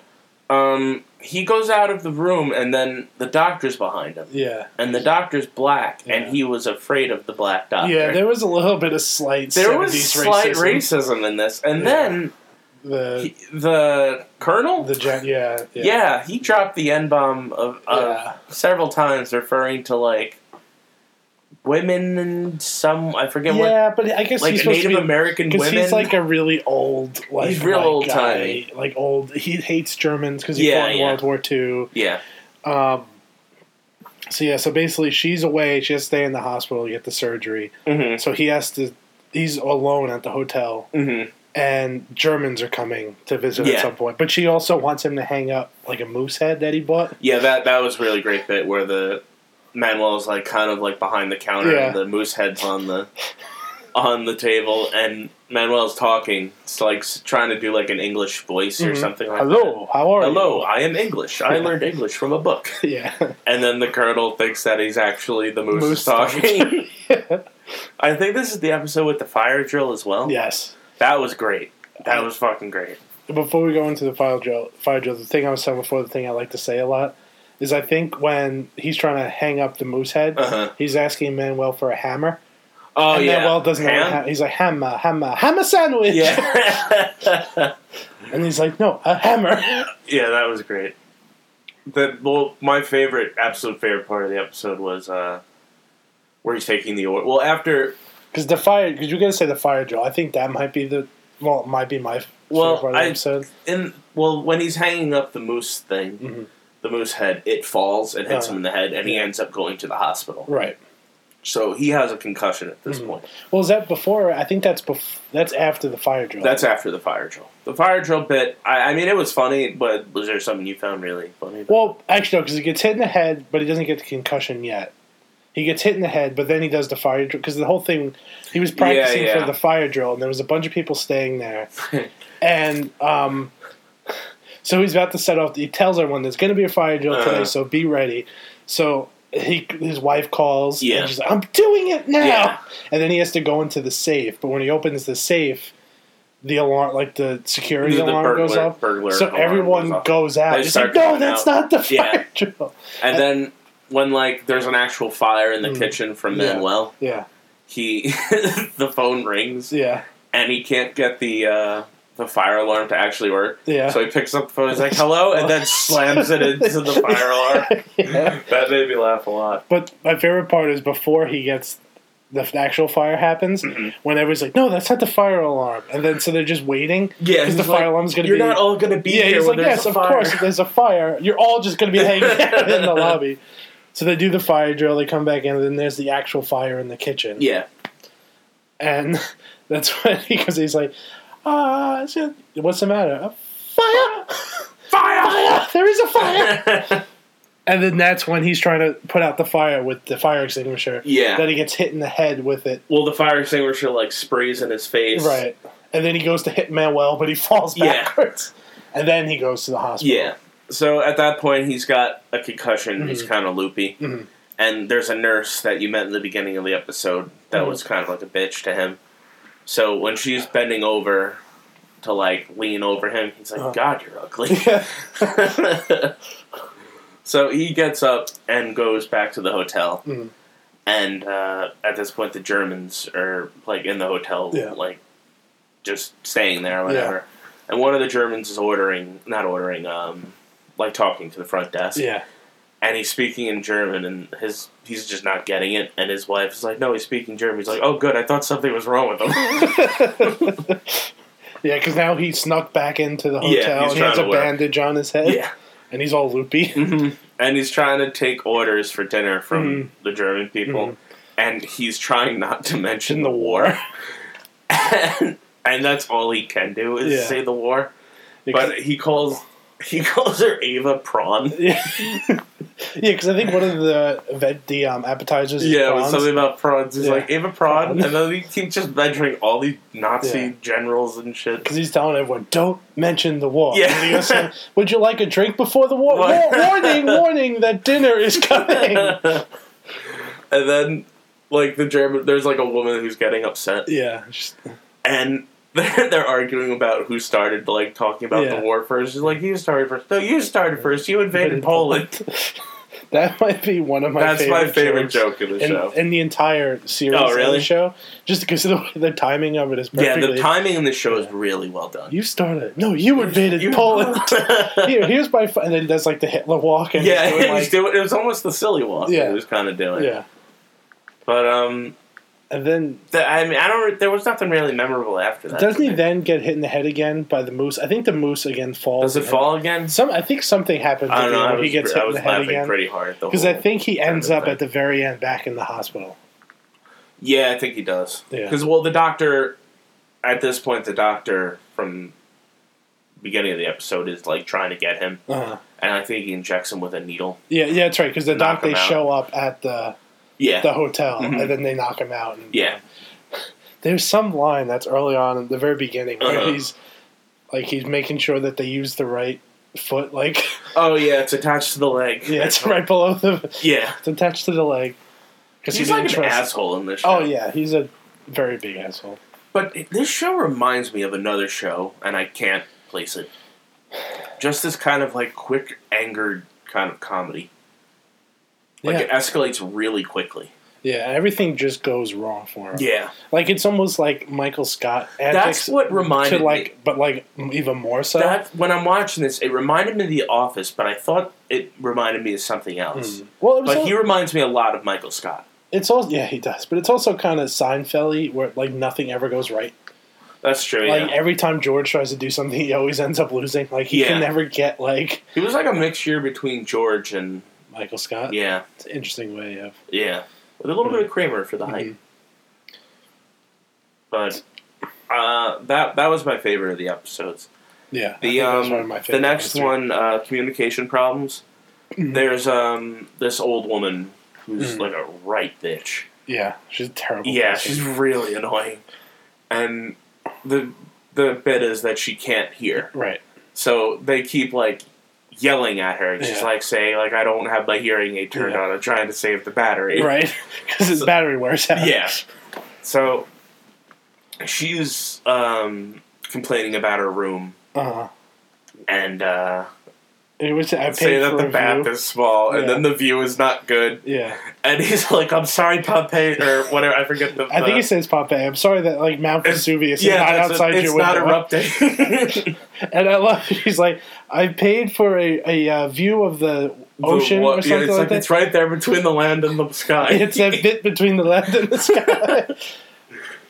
S2: Um, he goes out of the room, and then the doctor's behind him,
S4: Yeah,
S2: and the doctor's black,
S4: Yeah.
S2: and he was afraid of the black doctor.
S4: yeah. There was a little bit of slight.
S2: There was
S4: 70s
S2: slight
S4: racism.
S2: racism in this, and
S4: Yeah.
S2: then
S4: The
S2: he, the colonel,
S4: the gen- yeah yeah.
S2: Yeah. he dropped the N bomb of uh, several times, referring to like women and some I forget what,
S4: Yeah, but I guess
S2: like
S4: he's supposed
S2: Native
S4: to be
S2: American
S4: Because
S2: women.
S4: he's like a really old, like
S2: He's real
S4: white
S2: old
S4: guy.
S2: timey.
S4: like old. He hates Germans because he
S2: Yeah,
S4: fought in
S2: yeah.
S4: World War II.
S2: yeah,
S4: Um, so yeah, so basically, she's away. She has to stay in the hospital to get the surgery.
S2: mm-hmm.
S4: So he has to. He's alone at the hotel,
S2: Mm-hmm.
S4: and Germans are coming to visit
S2: Yeah.
S4: at some point. But she also wants him to hang up like a moose head that he bought.
S2: yeah. That that was a really great bit where the Manuel's like kind of like behind the counter,
S4: Yeah.
S2: and the moose heads on the on the table, and Manuel's talking. It's like s- trying to do like an English voice or
S4: Mhm.
S2: something like
S4: Hello, how are
S2: that. Hello, I am English. I learned English from a book.
S4: you? *laughs* Yeah,
S2: And then the colonel thinks that he's actually the moose,
S4: Moose
S2: talking. *laughs*
S4: *laughs*
S2: I think this is the episode with the fire drill as well.
S4: yes.
S2: That was great. That was fucking great.
S4: before we go into the fire drill, fire drill, the thing I was saying before, the thing I like to say a lot is I think when he's trying to hang up the moose head,
S2: Uh-huh.
S4: he's asking Manuel for a hammer.
S2: Oh,
S4: and
S2: yeah.
S4: Manuel doesn't know what
S2: Ham?
S4: ha- he's like hammer, hammer, hammer sandwich.
S2: Yeah.
S4: *laughs* and he's like, no, a hammer. *laughs*
S2: yeah, that was great. The, well, my favorite, absolute favorite part of the episode was uh, where he's taking the order. Well, after.
S4: Because the fire, because you're gonna say the fire drill. I think that might be the well, it might be my
S2: Well,
S4: favorite part of the
S2: I-
S4: episode.
S2: in Well, when he's hanging up the moose thing,
S4: Mhm.
S2: the moose head, it falls and hits
S4: Uh-huh.
S2: him in the head, and he ends up going to the hospital.
S4: Right.
S2: So he has a concussion at this
S4: Mhm.
S2: point.
S4: Well, is that before? I think that's bef- That's after the fire drill.
S2: That's after the fire drill. The fire drill bit, I, I mean, it was funny, but was there something you found really funny? *laughs*
S4: Well, actually, no, because he gets hit in the head, but he doesn't get the concussion yet. He gets hit in the head, but then he does the fire drill because the whole thing he was practicing
S2: Yeah, yeah.
S4: for the fire drill, and there was a bunch of people staying there, and um, so he's about to set off. He tells everyone there's going to be a fire drill
S2: Uh-huh.
S4: today, so be ready. So he his wife calls,
S2: Yeah.
S4: and she's like, "I'm doing it now,"
S2: Yeah.
S4: and then he has to go into the safe. But when he opens the safe, the alarm, like the security
S2: The
S4: alarm, goes
S2: burglar-
S4: off.
S2: burglar
S4: so
S2: alarm
S4: everyone
S2: goes off.
S4: goes out.
S2: They
S4: It's
S2: start
S4: like, no,
S2: going
S4: that's
S2: out."
S4: not the fire
S2: Yeah.
S4: drill.
S2: and then when, like, there's an actual fire in the
S4: Mm.
S2: kitchen from
S4: Yeah.
S2: Manuel,
S4: Yeah,
S2: he, *laughs* the phone rings,
S4: yeah,
S2: and he can't get the, uh, the fire alarm to actually work.
S4: yeah.
S2: So he picks up the phone, he's like, hello, and then slams it into
S4: *laughs*
S2: the fire alarm.
S4: Yeah.
S2: That made me laugh a lot.
S4: But my favorite part is before he gets the f- actual fire happens,
S2: Mm-hmm.
S4: when everybody's like, "No, that's not the fire alarm," and then so they're just waiting.
S2: Yeah,
S4: because the
S2: he's
S4: fire
S2: like,
S4: alarm's going to
S2: You're
S4: be.
S2: not all going to be
S4: yeah,
S2: here
S4: he's
S2: when
S4: like,
S2: there's
S4: "Yes,
S2: a
S4: of
S2: fire.
S4: course. If there's a fire, you're all just going to be hanging *laughs* out in the lobby." So they do the fire drill. They come back in, and then there's the actual fire in the kitchen.
S2: *laughs*
S4: *laughs*
S2: Yeah,
S4: And *laughs* that's when *laughs* because he's like, ah, it's a- what's the matter? "A Fire! *laughs* Fire! Fire! There is a fire! *laughs* and then that's when he's trying to put out the fire with the fire extinguisher.
S2: Yeah.
S4: Then he gets hit in the head with it.
S2: well, the fire extinguisher like sprays in his face.
S4: Right. And then he goes to hit Manuel, but he falls
S2: Yeah.
S4: backwards. And then he goes to the hospital.
S2: Yeah. So at that point, he's got a concussion. He's kind of loopy.
S4: Mhm.
S2: And there's a nurse that you met in the beginning of the episode that
S4: Mm-hmm.
S2: was kind of like a bitch to him. So when she's bending over to like lean over him, he's like,
S4: Uh-huh.
S2: "God, you're ugly."
S4: *laughs*
S2: *laughs* so he gets up and goes back to the hotel.
S4: Mhm.
S2: And uh, at this point, the Germans are like in the hotel,
S4: Yeah.
S2: like just staying there or whatever. And one of the Germans is ordering, not ordering, um, like talking to the front desk.
S4: Yeah.
S2: And he's speaking in German, and his he's just not getting it. And his wife is like, "No, he's speaking German." He's like, "Oh, good. I thought something was wrong with
S4: *laughs*
S2: him."
S4: *laughs* Yeah, because now he snuck back into the hotel
S2: Yeah, he's
S4: and he
S2: trying
S4: has a
S2: to work.
S4: bandage on his head.
S2: yeah.
S4: And he's all loopy. *laughs*
S2: hmm And he's trying to take orders for dinner from
S4: Mhm.
S2: the German people,
S4: Mhm.
S2: and he's trying not to mention
S4: In
S2: the
S4: the
S2: war.
S4: war.
S2: and, *laughs* and that's all he can do is
S4: Yeah.
S2: say the war. But he calls he calls her Ava Prawn.
S4: Yeah, because I think one of the event, the um, appetizers. is
S2: Yeah, it was
S4: prawns.
S2: something about prawns. He's
S4: Yeah.
S2: like Ava Prawn,
S4: Prawn.
S2: and then he keeps just mentioning all these Nazi
S4: Yeah.
S2: generals and shit.
S4: Because he's telling everyone, don't mention the war.
S2: Yeah.
S4: And he goes, saying, Would you like a drink before the war?
S2: What?
S4: War- warning, warning, that dinner is coming.
S2: and then, like the German, there's like a woman who's getting upset,
S4: yeah. just-
S2: and *laughs* they're, they're arguing about who started like talking about
S4: Yeah.
S2: the war first. She's like, "You started first. No, you started first. You invaded Poland."
S4: that might be one of *laughs* my
S2: That's
S4: favorite
S2: my favorite
S4: jokes
S2: joke in the
S4: In,
S2: show.
S4: in the entire series
S2: Oh,
S4: of
S2: really?
S4: the show. Just because of the, the timing of it is
S2: yeah,
S4: perfectly.
S2: the timing in the show is really well done.
S4: You started. No, you invaded
S2: You- *laughs*
S4: Poland. *laughs* Here, here's my. Fu- and then he does like the Hitler walk. And
S2: yeah, *laughs*
S4: he's doing, like-
S2: he's doing, it was almost the silly walk. Yeah,
S4: Yeah.
S2: he was kind of doing.
S4: yeah.
S2: but um,
S4: And then
S2: the, I mean, I don't. There was nothing really memorable after that.
S4: Doesn't he
S2: There-
S4: then get hit in the head again by the moose? I think the moose again falls.
S2: Does it
S4: and-
S2: fall again?
S4: Some, I think something happens.
S2: I don't know. I
S4: He
S2: was,
S4: gets
S2: I
S4: hit in
S2: was
S4: the head
S2: laughing
S4: again
S2: pretty hard. the
S4: because I
S2: whole-
S4: think he ends
S2: kind of
S4: up at the very end back in the hospital.
S2: Yeah, I think he does.
S4: Yeah.
S2: Because well, the doctor at this point, the doctor from beginning of the episode is like trying to get him,
S4: Uh-huh.
S2: and I think he injects him with a needle.
S4: Yeah, yeah, that's right. Because the
S2: Knock
S4: doc they
S2: him out.
S4: show up at the
S2: Yeah.
S4: the hotel
S2: Mhm.
S4: and then they knock him out. And
S2: yeah.
S4: there's some line that's early on in the very beginning where
S2: Uh-huh.
S4: he's like he's making sure that they use the right foot. Like *laughs*
S2: Oh yeah, it's attached to the leg. *laughs*
S4: yeah, it's right below the
S2: Yeah.
S4: it's attached to the leg. Because
S2: He's like an asshole in this show.
S4: Oh yeah, he's a very big asshole.
S2: But this show reminds me of another show, and I can't place it. Just this kind of like quick angered kind of comedy. Like
S4: yeah.
S2: it escalates really quickly.
S4: Yeah, everything just goes wrong for him.
S2: Yeah.
S4: Like it's almost like Michael Scott
S2: That's
S4: antics
S2: what
S4: to
S2: reminded me.
S4: like, but like m- even more so.
S2: That when I'm watching this, it reminded me of The Office, but I thought it reminded me of something else.
S4: Mm. Well, it was
S2: But
S4: al-
S2: he reminds me a lot of Michael Scott.
S4: it's also yeah he does, but it's also kind of Seinfeldy where like nothing ever goes right.
S2: That's true.
S4: Like
S2: yeah.
S4: every time George tries to do something, he always ends up losing. Like he
S2: Yeah.
S4: can never get like
S2: he was like a mixture between George and
S4: Michael Scott.
S2: yeah,
S4: It's an interesting way of hmm,
S2: yeah, with a little bit of Kramer for the hype.
S4: Mm-hmm.
S2: But uh, that that was my favorite of the episodes.
S4: yeah.
S2: The
S4: I think that was
S2: um,
S4: one of my
S2: the
S4: favorite
S2: next
S4: ones, too.
S2: one,
S4: Mm-hmm.
S2: uh, communication problems. There's um this old woman who's
S4: Mhm.
S2: like a right bitch.
S4: yeah, she's a terrible.
S2: Yeah,
S4: person.
S2: she's really annoying. And the the bit is that she can't hear.
S4: *laughs* right.
S2: So they keep like yelling at her and she's
S4: Yeah.
S2: like saying like I don't have my hearing aid turned
S4: Yeah.
S2: on. I'm trying to save the battery.
S4: Right, *laughs* because his battery wears out.
S2: Yeah. So she's um complaining about her room
S4: uh-huh.
S2: and uh
S4: It was I paid
S2: say that
S4: for
S2: the
S4: a
S2: bath
S4: view.
S2: is small, and
S4: Yeah.
S2: then the view is not good.
S4: Yeah,
S2: And he's like, "I'm sorry, Pompeii, or whatever. I forget the."
S4: I think
S2: the-
S4: it says Pompeii. I'm sorry that like Mount
S2: It's-
S4: Vesuvius
S2: yeah,
S4: is not
S2: that's
S4: outside
S2: a, it's
S4: your
S2: not
S4: window.
S2: erupting.
S4: *laughs*
S2: *laughs*
S4: And I love. *laughs* She's like, I paid for a, a uh, view of the ocean
S2: The wa-
S4: or something
S2: yeah, it's
S4: like, that.
S2: It's right there between the land and the sky. *laughs*
S4: It's that bit between the land and the sky.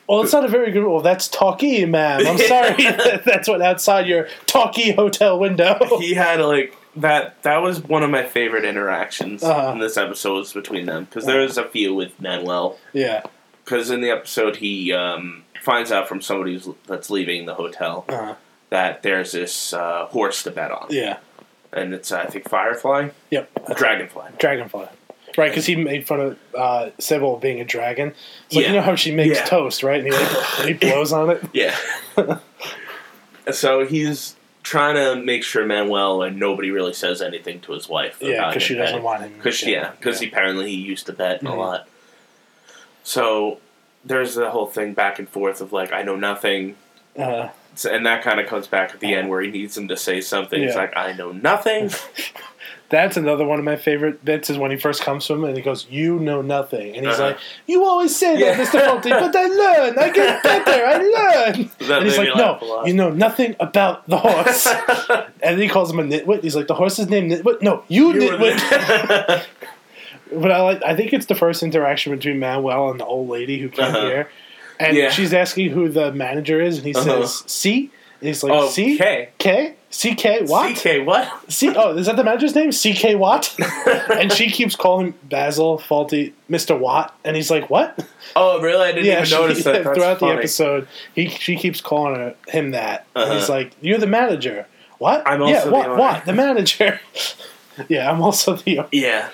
S4: Well, it's not a very good. Well, that's talkie, ma'am.
S2: *laughs*
S4: I'm sorry. *laughs* that's what outside your talkie hotel window.
S2: he had like that. That was one of my favorite interactions
S4: Uh-huh.
S2: in this episode was between them because there was a few with Manuel.
S4: *laughs* yeah.
S2: Because in the episode, he um, finds out from somebody who's, that's leaving the hotel
S4: Uh,
S2: that there's this uh, horse to bet on,
S4: yeah.
S2: and it's I think Firefly,
S4: Yep. uh,
S2: Dragonfly.
S4: Dragonfly. Right, because he made fun of uh, Sybil being a dragon. It's like,
S2: Yeah.
S4: you know how she makes
S2: Yeah.
S4: toast, right? And he, like,
S2: *laughs*
S4: he blows on it. *laughs*
S2: Yeah. so he's trying to make sure Manuel and nobody really says anything to his wife.
S4: Yeah, because she doesn't want him.
S2: Because yeah, because apparently he used to bet a
S4: Mhm.
S2: lot. So there's the whole thing back and forth of like I know nothing,
S4: he. Uh,
S2: So- and that kind of comes back at the end where he needs him to say something. He's
S4: Yeah.
S2: like I know
S4: *laughs*
S2: nothing.
S4: that's another one of my favorite bits is when he first comes to him and he goes, "You know nothing," and he's
S2: Uh-huh.
S4: like, "You always say
S2: Yeah.
S4: that, Mister Fulton, but I learn. I
S2: *laughs*
S4: get better. I learn."
S2: That
S4: and he's
S2: made
S4: like,
S2: me laugh a
S4: "No,
S2: lot.
S4: you know nothing about the horse."
S2: *laughs*
S4: and then he calls him a nitwit. He's like, "The horse's name nitwit? No, you,
S2: You were
S4: nitwit."
S2: the- *laughs*
S4: But I like. I think it's the first interaction between Manuel and the old lady who came
S2: Uh-huh.
S4: here, and
S2: Yeah.
S4: she's asking who the manager is, and he
S2: Uh-huh.
S4: says C. And he's like
S2: oh,
S4: C
S2: K.
S4: K C K what?
S2: CK, what? *laughs*
S4: C oh is that the manager's name? C K Watt. and she keeps calling him Basil Faulty Mister Watt, and he's like what?
S2: Oh, really? I didn't even
S4: she-
S2: notice that. That's
S4: *laughs* throughout
S2: funny.
S4: the episode, he she keeps calling her, him that. And he's
S2: Uh-huh.
S4: like, "You're the manager. What?
S2: I'm
S4: yeah,
S2: also the
S4: what?
S2: owner."
S4: what? The manager. *laughs* yeah, I'm also the.
S2: Yeah.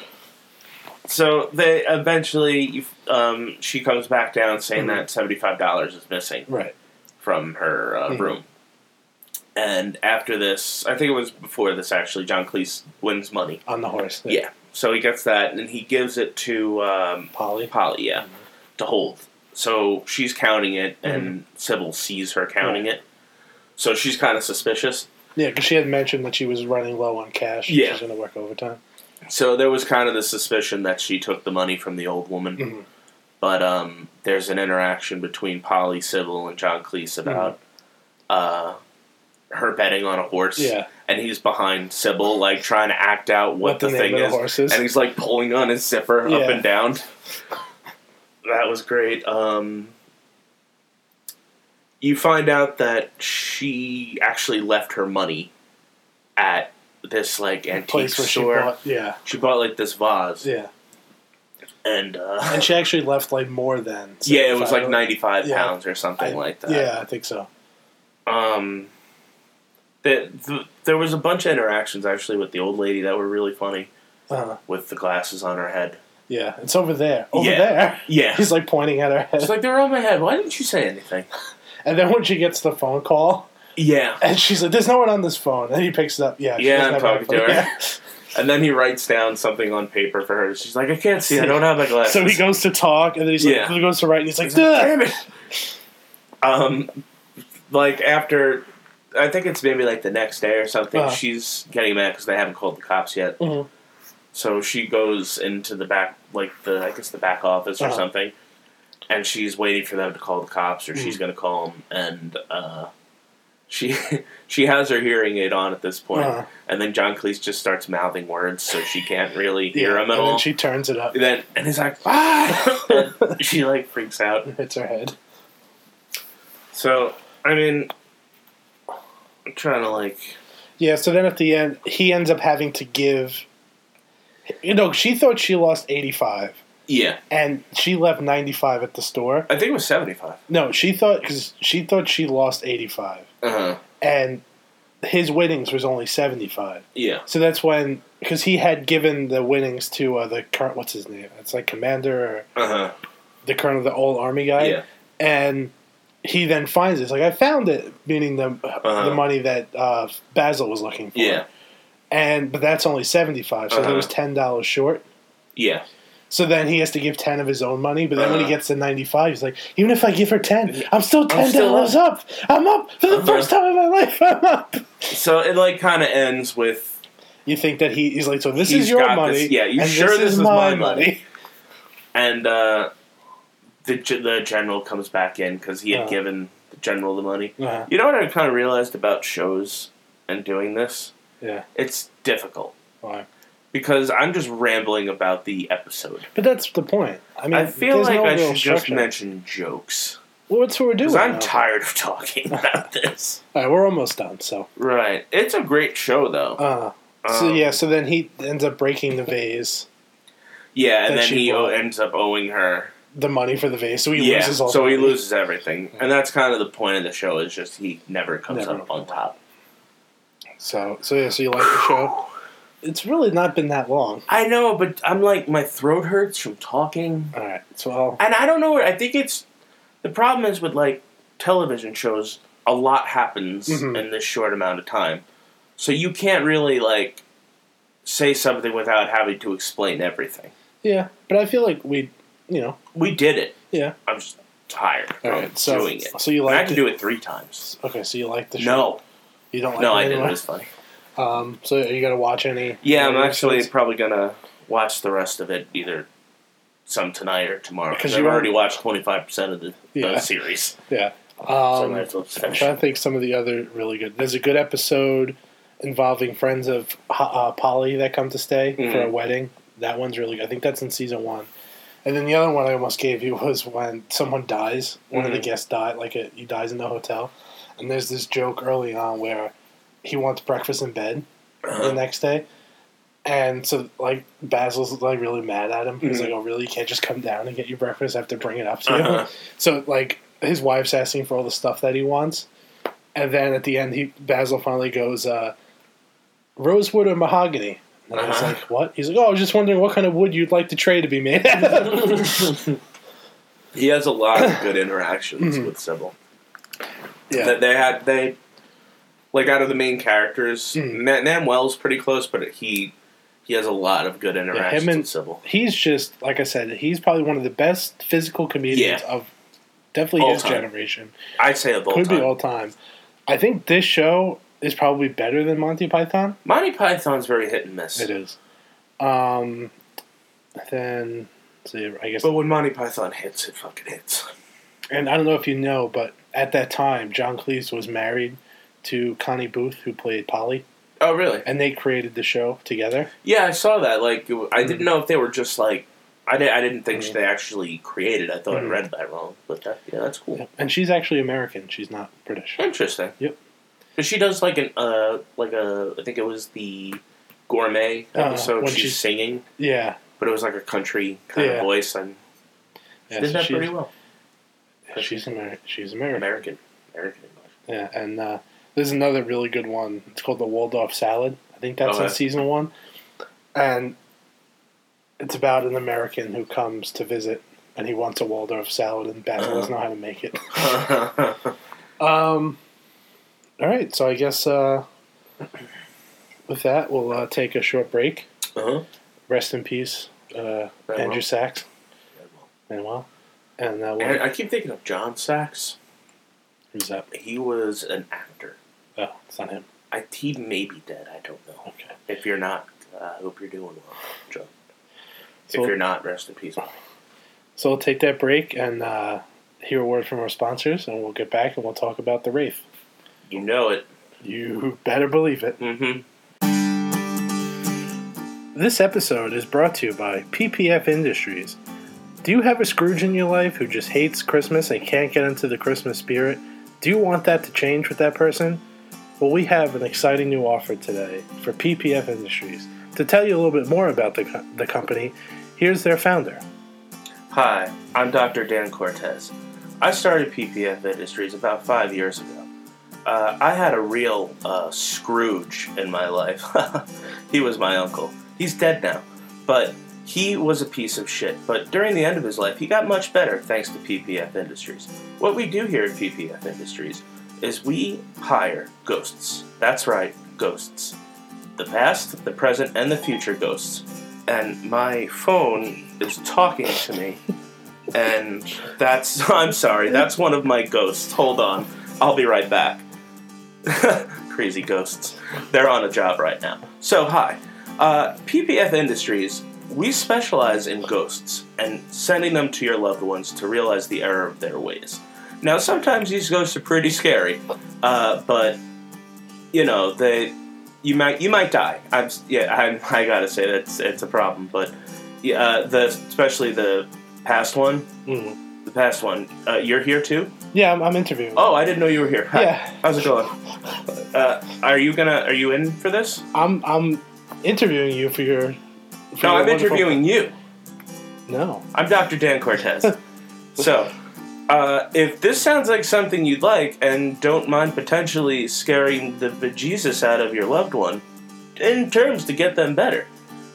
S2: So they eventually, um, she comes back down saying
S4: Mm-hmm.
S2: that seventy-five dollars is missing
S4: Right.
S2: from her uh,
S4: Mhm.
S2: room. And after this, I think it was before this actually. John Cleese wins money.
S4: on the horse.
S2: Yeah. So he gets that, and he gives it to um,
S4: Polly.
S2: Polly, yeah, to hold. So she's counting it, and Sybil sees her counting it. So she's kind of suspicious.
S4: Yeah, because she had mentioned that she was running low on cash.
S2: Yeah.
S4: She's going to work overtime.
S2: So there was kind of the suspicion that she took the money from the old woman.
S4: Mhm.
S2: But um, there's an interaction between Polly Sybil and John Cleese about uh, her betting on a horse.
S4: Yeah.
S2: And he's behind Sybil, like trying to act out what,
S4: What
S2: the,
S4: the name
S2: thing
S4: of the
S2: is.
S4: horse is.
S2: And he's like pulling on his zipper
S4: Yeah.
S2: up and down. That was great. Um, you find out that she actually left her money at this like antique
S4: Place where
S2: store.
S4: she bought. Yeah.
S2: She bought like this vase,
S4: Yeah.
S2: and uh,
S4: And she actually left like more than.
S2: *laughs* yeah, it was
S4: 75.
S2: like ninety five
S4: Yeah.
S2: pounds or something
S4: I-
S2: like that.
S4: Yeah, I think so.
S2: Um, the, the, there was a bunch of interactions actually with the old lady that were really funny
S4: Uh-huh.
S2: with the glasses on her head.
S4: Yeah. It's over there. Over
S2: Yeah.
S4: there. *laughs*
S2: Yeah,
S4: He's like pointing at her
S2: it's
S4: head.
S2: like they're on my head. Why didn't you say anything?
S4: And then when she gets the phone call,
S2: Yeah,
S4: and she's like, there's no one on this phone. And he picks it up. Yeah. she
S2: Yeah,
S4: doesn't
S2: I'm
S4: have her
S2: talking to
S4: phone.
S2: her.
S4: Yeah.
S2: and then he writes down something on paper for her. She's like, I can't see. *laughs* I don't have my glasses.
S4: So he goes to talk, and then he's like,
S2: Yeah.
S4: he goes to write, and he's like, "Duh."
S2: Damn it. Um, like after, I think it's maybe like the next day or something.
S4: Uh-huh.
S2: She's getting mad because they haven't called the cops yet.
S4: Mhm.
S2: So she goes into the back, like the I guess the back office or
S4: Uh-huh.
S2: something, and she's waiting for them to call the cops, or
S4: Mm.
S2: she's going to call them. And uh, she *laughs* she has her hearing aid on at this point,
S4: Uh-huh.
S2: and then John Cleese just starts mouthing words, so she can't really
S4: Yeah.
S2: hear him at
S4: and
S2: all.
S4: then she turns it up
S2: And then and he's like,
S4: *laughs*
S2: ah! And she like freaks out.
S4: and hits her head.
S2: So I mean, I'm trying to like,
S4: Yeah, so then at the end, he ends up having to give. You know, she thought she lost 85,
S2: yeah,
S4: and she left 95 at the store.
S2: I think it was 75.
S4: No, she thought, because she thought she lost 85,
S2: Uh huh.
S4: and his winnings was only 75.
S2: Yeah.
S4: So that's when, because he had given the winnings to uh, the current, what's his name? It's like Commander or
S2: Uh huh.
S4: the colonel, the old army guy.
S2: Yeah.
S4: And he then finds it. It's like, I found it, meaning the,
S2: Uh-huh.
S4: the money that uh, Basil was looking for.
S2: Yeah.
S4: and but that's only 75 so
S2: Uh-huh.
S4: there was $10 short
S2: Yeah.
S4: so then he has to give 10 of his own money but then when he
S2: Uh-huh.
S4: gets to 95 he's like even if i give her 10 i'm still $10
S2: I'm still
S4: up. i'm up for the
S2: Uh-huh.
S4: *laughs* first time in my life i'm up
S2: So it like kind of ends with
S4: You think that he, he's like, so this
S2: He's
S4: is your
S2: got
S4: money.
S2: this- yeah, you
S4: and
S2: sure this is my money? and uh, the ge- the general comes back in because he had
S4: Uh.
S2: given the general the money.
S4: *laughs* Uh-huh.
S2: You know what I kind of realized about shows and doing this?
S4: Yeah.
S2: It's difficult
S4: Why?
S2: because I'm just rambling about the episode.
S4: But that's the point. I mean,
S2: I feel
S4: there's
S2: like
S4: no
S2: I
S4: real
S2: should just
S4: structure.
S2: mention jokes
S4: Well, What's what we're doing?
S2: because I'm
S4: now.
S2: tired of talking *laughs* about this.
S4: All right, we're almost done. So,
S2: Right. It's a great show though.
S4: uh, so
S2: Um,
S4: yeah. So then he ends up breaking the vase,
S2: Yeah, and
S4: that
S2: then
S4: she
S2: he o-
S4: bought.
S2: ends up owing her.
S4: the money for the vase. So he
S2: yeah,
S4: loses all.
S2: so
S4: the
S2: he
S4: money.
S2: loses everything, and that's kind of the point of the show. Is just he never comes
S4: Never.
S2: up on top.
S4: So so yeah. So you like the show? It's really not been that long.
S2: I know, but I'm like my throat hurts from talking,
S4: All right. So I'll,
S2: and I don't know. I think it's the problem is with like television shows. A lot happens
S4: Mhm.
S2: in this short amount of time, so you can't really like say something without having to explain everything.
S4: yeah. But I feel like we, you know,
S2: We did it.
S4: yeah.
S2: I'm just tired
S4: All
S2: of
S4: right, so-
S2: doing it.
S4: so you
S2: And I
S4: liked
S2: can
S4: it?
S2: do it three times.
S4: Okay. So you like the show?
S2: No,
S4: You don't like
S2: no,
S4: it
S2: I didn't.
S4: anymore?
S2: It was funny.
S4: Um, so are you gonna watch any?
S2: Yeah, I'm
S4: any
S2: actually
S4: episodes?
S2: probably gonna watch the rest of it either some tonight or tomorrow
S4: Because
S2: because
S4: you
S2: I've already
S4: are-
S2: watched 25 percent of the,
S4: Yeah.
S2: the series.
S4: Yeah.
S2: So I
S4: Um,
S2: might as well
S4: I'm
S2: finish.
S4: trying to think some of the other really good. There's a good episode involving friends of uh, Polly that come to stay for a
S2: Mhm.
S4: wedding. That one's really good. I think that's in season one. And then the other one I almost gave you *laughs* was when someone dies. One of the
S2: Mhm.
S4: guests died, like a, he dies in the hotel. And there's this joke early on where he wants breakfast in bed the next day. And so, like, Basil's like really mad at him. He's
S2: Mhm.
S4: like, "Oh, really? You can't just come down and get your breakfast. I have to bring it up to you."
S2: Uh-huh.
S4: So like his wife's asking for all the stuff that he wants, and then at the end, he Basil finally goes, uh, "Rosewood or mahogany?" And I was
S2: Uh-huh.
S4: like, "What?" He's like, "Oh, I was just wondering what kind of wood you'd like the tray to be made." out of."
S2: *laughs* He has a lot of
S4: *coughs*
S2: good interactions with Sybil.
S4: Mm-hmm. yeah,
S2: That they had they like out of the main characters,
S4: Mhm.
S2: Na- Manuel's pretty close, but he he has a lot of good interactions
S4: and-
S2: with Sybil.
S4: he's just like I said, he's probably one of the best physical comedians
S2: Yeah.
S4: of definitely
S2: All
S4: his
S2: time.
S4: generation.
S2: I'd say of all
S4: Could
S2: time.
S4: be all time. I think this show is probably better than Monty Python.
S2: Monty Python's very hit and miss.
S4: It is. Um, then see, I guess,
S2: But when Monty Python hits, it fucking hits.
S4: and I don't know if you know, but at that time, John Cleese was married to Connie Booth, who played Polly,
S2: Oh, really?
S4: and they created the show together.
S2: Yeah, I saw that. Like, it, I didn't know if they were just like. I, did, I didn't think they actually created. I thought
S4: Mhm.
S2: I read that wrong, but that, Mm. yeah, that's cool.
S4: And she's actually American; she's not British.
S2: Interesting.
S4: Yep.
S2: 'Cause she does like an uh like a I think it was the gourmet
S4: Uh,
S2: episode.
S4: when
S2: Uh-huh. she's,
S4: she's-
S2: singing,
S4: Yeah,
S2: but it was like a country kind
S4: Yeah.
S2: of voice, and
S4: yeah
S2: did
S4: so
S2: that pretty
S4: she's,
S2: well.
S4: she's Amer- she's American.
S2: American, American English. *laughs*
S4: Yeah, and uh, there's another really good one. It's called the Waldorf Salad. I think that's in
S2: Okay.
S4: season one, and it's about an American who comes to visit, and he wants a Waldorf salad, and Basil doesn't know how to make it.
S2: Uh-huh.
S4: Um, all right, so I guess uh, with that we'll uh, take a short break.
S2: uh-huh.
S4: Rest in peace, uh,
S2: Manuel.
S4: Andrew Sachs, Manuel, and uh,
S2: And
S4: we'll,
S2: I keep thinking of John Sachs.
S4: who's that?
S2: He was an actor.
S4: Oh, it's not him.
S2: I he may be dead. I don't know.
S4: Okay.
S2: If you're not, uh, I hope you're doing well, John.
S4: So-
S2: if you're not, rest in peace.
S4: So we'll take that break and uh, hear a word from our sponsors, and we'll get back and we'll talk about the Wraith.
S2: You know it.
S4: You better believe it.
S2: Mm-hmm.
S4: This episode is brought to you by PPF Industries. Do you have a Scrooge in your life who just hates Christmas and can't get into the Christmas spirit? Do you want that to change with that person? Well, we have an exciting new offer today for PPF Industries. To tell you a little bit more about the, co- the company, here's their founder.
S2: Hi, I'm Dr. Dan Cortez. I started PPF Industries about five years ago. Uh, I had a real uh, Scrooge in my life. *laughs* he was my uncle. He's dead now, but he was a piece of shit. But during the end of his life, he got much better thanks to PPF Industries. What we do here at PPF Industries is we hire ghosts. That's right, ghosts. The past, the present, and the future ghosts. And my phone is talking to me. And *laughs* that's, I'm sorry, that's one of my ghosts. Hold on. I'll be right back. *laughs* Crazy ghosts. They're on a job right now. So, hi. Uh, PPF Industries, we specialize in ghosts and sending them to your loved ones to realize the error of their ways. Now, sometimes these ghosts are pretty scary, uh, but you know they you might you might die. I'm s- yeah I'm, *laughs* I gotta say that's it's a problem, but yeah, uh, the especially the past one,
S4: Mm.
S2: the past one. Uh, you're here too.
S4: Yeah, I'm, I'm interviewing.
S2: Oh, I didn't know you were here. Hi.
S4: Yeah.
S2: How's it going? Uh, are you gonna? Are you in for this?
S4: I'm I'm interviewing you for your. for
S2: No,
S4: your
S2: I'm
S4: wonderful-
S2: interviewing you.
S4: No.
S2: I'm Dr. Dan Cortez. so, uh, if this sounds like something you'd like and don't mind potentially scaring the bejesus out of your loved one, in terms to get them better,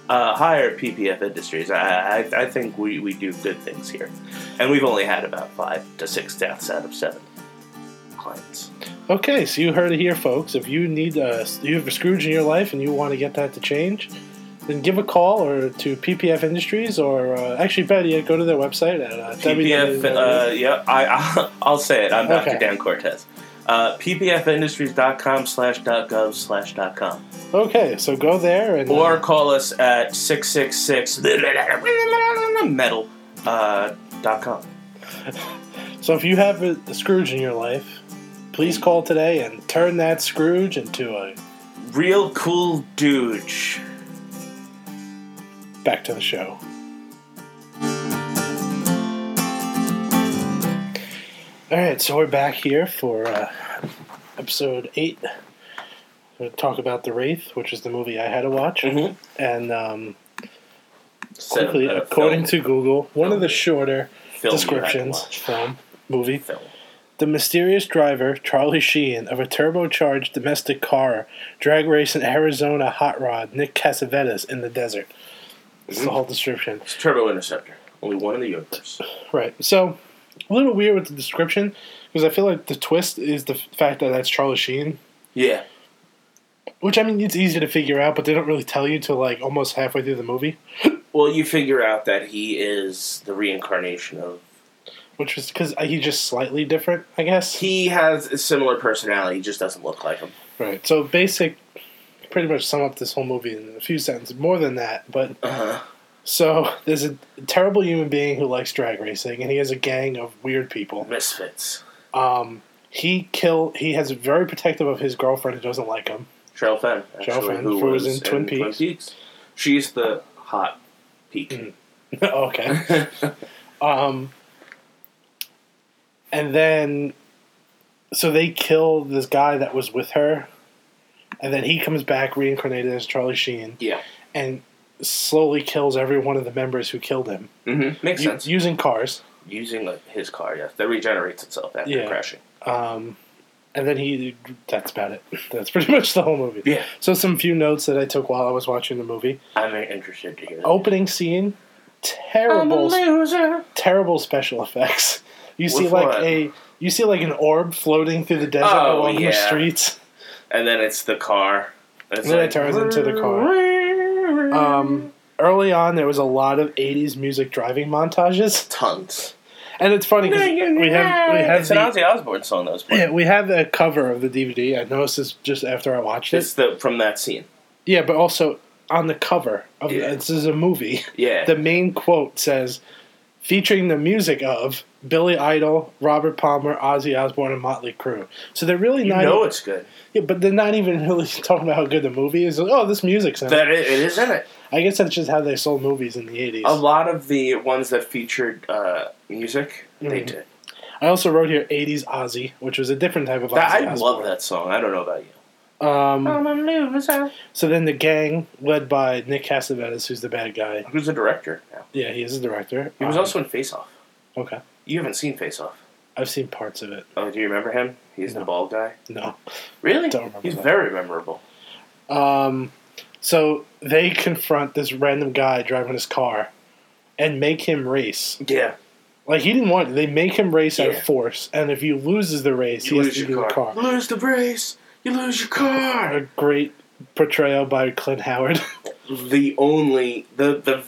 S2: uh, hire PPF Industries. I, I, I think we, we do good things here. And we've only had about five to six deaths out of seven clients.
S4: Okay, so you heard it here, folks. If you need a, you have a Scrooge in your life and you want to get that to change, then give a call or to PPF Industries or uh, actually better yet, go to their website at uh,
S2: PPF,
S4: www.
S2: uh, yeah, I, *laughs* I'll say it. I'm Dr.
S4: Okay.
S2: Dan Cortez. Uh, PPFindustries.com slash dot gov slash dot com.
S4: Okay, so go there and uh,
S2: Or call us at 666 metal uh, dot com.
S4: uh, so if you have a, a Scrooge in your life, please call today and turn that Scrooge into a.
S2: Real cool dude.
S4: Back to the show. All right, so we're back here for uh, episode eight. We're gonna talk about The Wraith, which is the movie I had to watch.
S2: Mhm.
S4: And um,
S2: So,
S4: quickly,
S2: uh,
S4: according
S2: film-
S4: to Google, one of the
S2: film-
S4: shorter
S2: film you
S4: descriptions
S2: have to watch.
S4: from movie
S2: Film.
S4: the mysterious driver, Charlie Sheehan, of a turbocharged domestic car drag race in Arizona hot rod Nick Cassavetes in the desert. This
S2: Mm-hmm.
S4: is the whole description.
S2: It's Turbo Interceptor. Only one in the universe.
S4: Right. So, a little weird with the description because I feel like the twist is the f- fact that that's Charlie Sheen,
S2: Yeah.
S4: which I mean it's easy to figure out, but they don't really tell you till like almost halfway through the movie,
S2: Well, you figure out that he is the reincarnation of.
S4: which was because he's just slightly different, I guess.
S2: He has a similar personality, he just doesn't look like him.
S4: right. So, basic, pretty much sum up this whole movie in a few sentences. More than that, but
S2: Uh-huh.
S4: so there's a terrible human being who likes drag racing, and he has a gang of weird people.
S2: Misfits.
S4: Um, he kill. He has very protective of his girlfriend who doesn't like him.
S2: Cheryl Fenn, actually,
S4: Cheryl Fenn,
S2: who
S4: who
S2: was,
S4: was in Twin Peaks. Mm.
S2: She's the hot peak.
S4: Oh, okay.
S2: *laughs*
S4: Um, and then, so they kill this guy that was with her, and then he comes back reincarnated as Charlie Sheen
S2: yeah.
S4: and slowly kills every one of the members who killed him
S2: hmm Makes
S4: u-
S2: sense.
S4: using cars.
S2: using like, his car. Yes, that regenerates itself after
S4: Yeah.
S2: crashing.
S4: Um, and then he, that's about it. *laughs* That's pretty much the whole movie.
S2: Yeah,
S4: So, some few notes that I took while I was watching the movie.
S2: I'm interested to hear. That.
S4: Opening scene, Oh, terrible,
S2: loser.
S4: terrible special effects. You see
S2: With
S4: like
S2: what?
S4: a you see like an orb floating through the desert
S2: Oh,
S4: along
S2: yeah.
S4: the streets.
S2: And then it's the car. It's
S4: And then it turns into the
S2: car. *laughs*
S4: Um, early on, there was a lot of '80s music driving montages,
S2: Tons.
S4: and it's funny because we have we have
S2: it's an
S4: the,
S2: Ozzy Osbourne song that was playing.
S4: yeah, *clears throat* we have the cover of the DVD. I noticed this just after I watched
S2: It's
S4: it.
S2: the from that scene.
S4: Yeah, but also on the cover of
S2: Yeah.
S4: this is a movie. *laughs*
S2: Yeah.
S4: The main quote says, "Featuring the music of Billy Idol, Robert Palmer, Ozzy Osbourne, and Motley Crue." So they're really
S2: you
S4: not.
S2: know it's good.
S4: Yeah, but they're not even *laughs* really talking about how good the movie is. Like, oh, this music's in it.
S2: That it, it is in it.
S4: I guess that's just how they sold movies in the 80s.
S2: A lot of the ones that featured uh, music, they
S4: Mhm.
S2: did.
S4: I also wrote here 80s Ozzy, which was a different type of Ozzy.
S2: That, I
S4: Osbourne.
S2: love that song. I don't know about you.
S4: Um,
S2: a loser.
S4: so then the gang, led by Nick Cassavetes, who's the bad guy.
S2: Who's the director now?
S4: Yeah, he is the director.
S2: He was
S4: Um,
S2: also in Face Off.
S4: Okay.
S2: You haven't seen Face Off.
S4: I've seen parts of it.
S2: Oh, do you remember him? He's the
S4: No.
S2: bald guy.
S4: No.
S2: Really?
S4: Don't remember
S2: He's
S4: that.
S2: very memorable.
S4: Um, so they confront this random guy driving his car and make him race.
S2: Yeah.
S4: Like, he didn't want it. They make him race out
S2: Yeah.
S4: of force, and if he loses the race,
S2: You
S4: he
S2: lose
S4: has to
S2: your
S4: do the
S2: car.
S4: car.
S2: Lose the race. You lose your car.
S4: a great portrayal by Clint Howard. *laughs*
S2: The only the the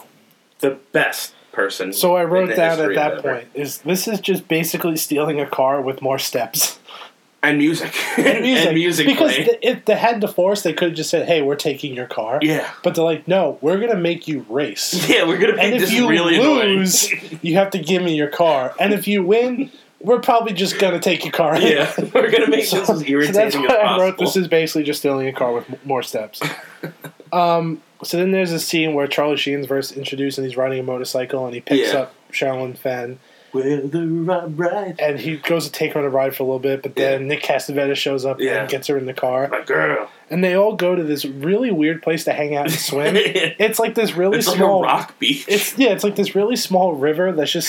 S2: the best person.
S4: So I
S2: in
S4: wrote
S2: the
S4: down at
S2: history of
S4: that point is this is just basically stealing a car with more steps. *laughs*
S2: and music and music,
S4: because
S2: playing.
S4: th- if they had the force, they could have just said, "Hey, we're taking your car."
S2: yeah,
S4: But they're like, "No, we're gonna make you
S2: *laughs*
S4: race,
S2: yeah, we're gonna
S4: and
S2: make
S4: if
S2: this
S4: you
S2: really
S4: lose, you have to give me your car, and if you win, we're probably just gonna take your car."
S2: annoying. *laughs* yeah, we're gonna
S4: *laughs*
S2: make this as irritating
S4: that's why
S2: as
S4: I
S2: possible.
S4: wrote this is basically just stealing a car with m- more steps.
S2: *laughs*
S4: um, so then there's a scene where Charlie Sheen's verse introduced, and he's riding a motorcycle, and he picks
S2: Yeah.
S4: up Shaolin Fan,
S2: Will the rub right?
S4: and he goes to take her on a ride for a little bit, but then Nick Castavetta shows up
S2: Yeah.
S4: and gets her in the car,
S2: My girl.
S4: and they all go to this really weird place to hang out
S2: *laughs*
S4: and swim.
S2: it's
S4: it's like this really
S2: like a
S4: small.
S2: rock beach.
S4: It's yeah, it's like this really small river that's just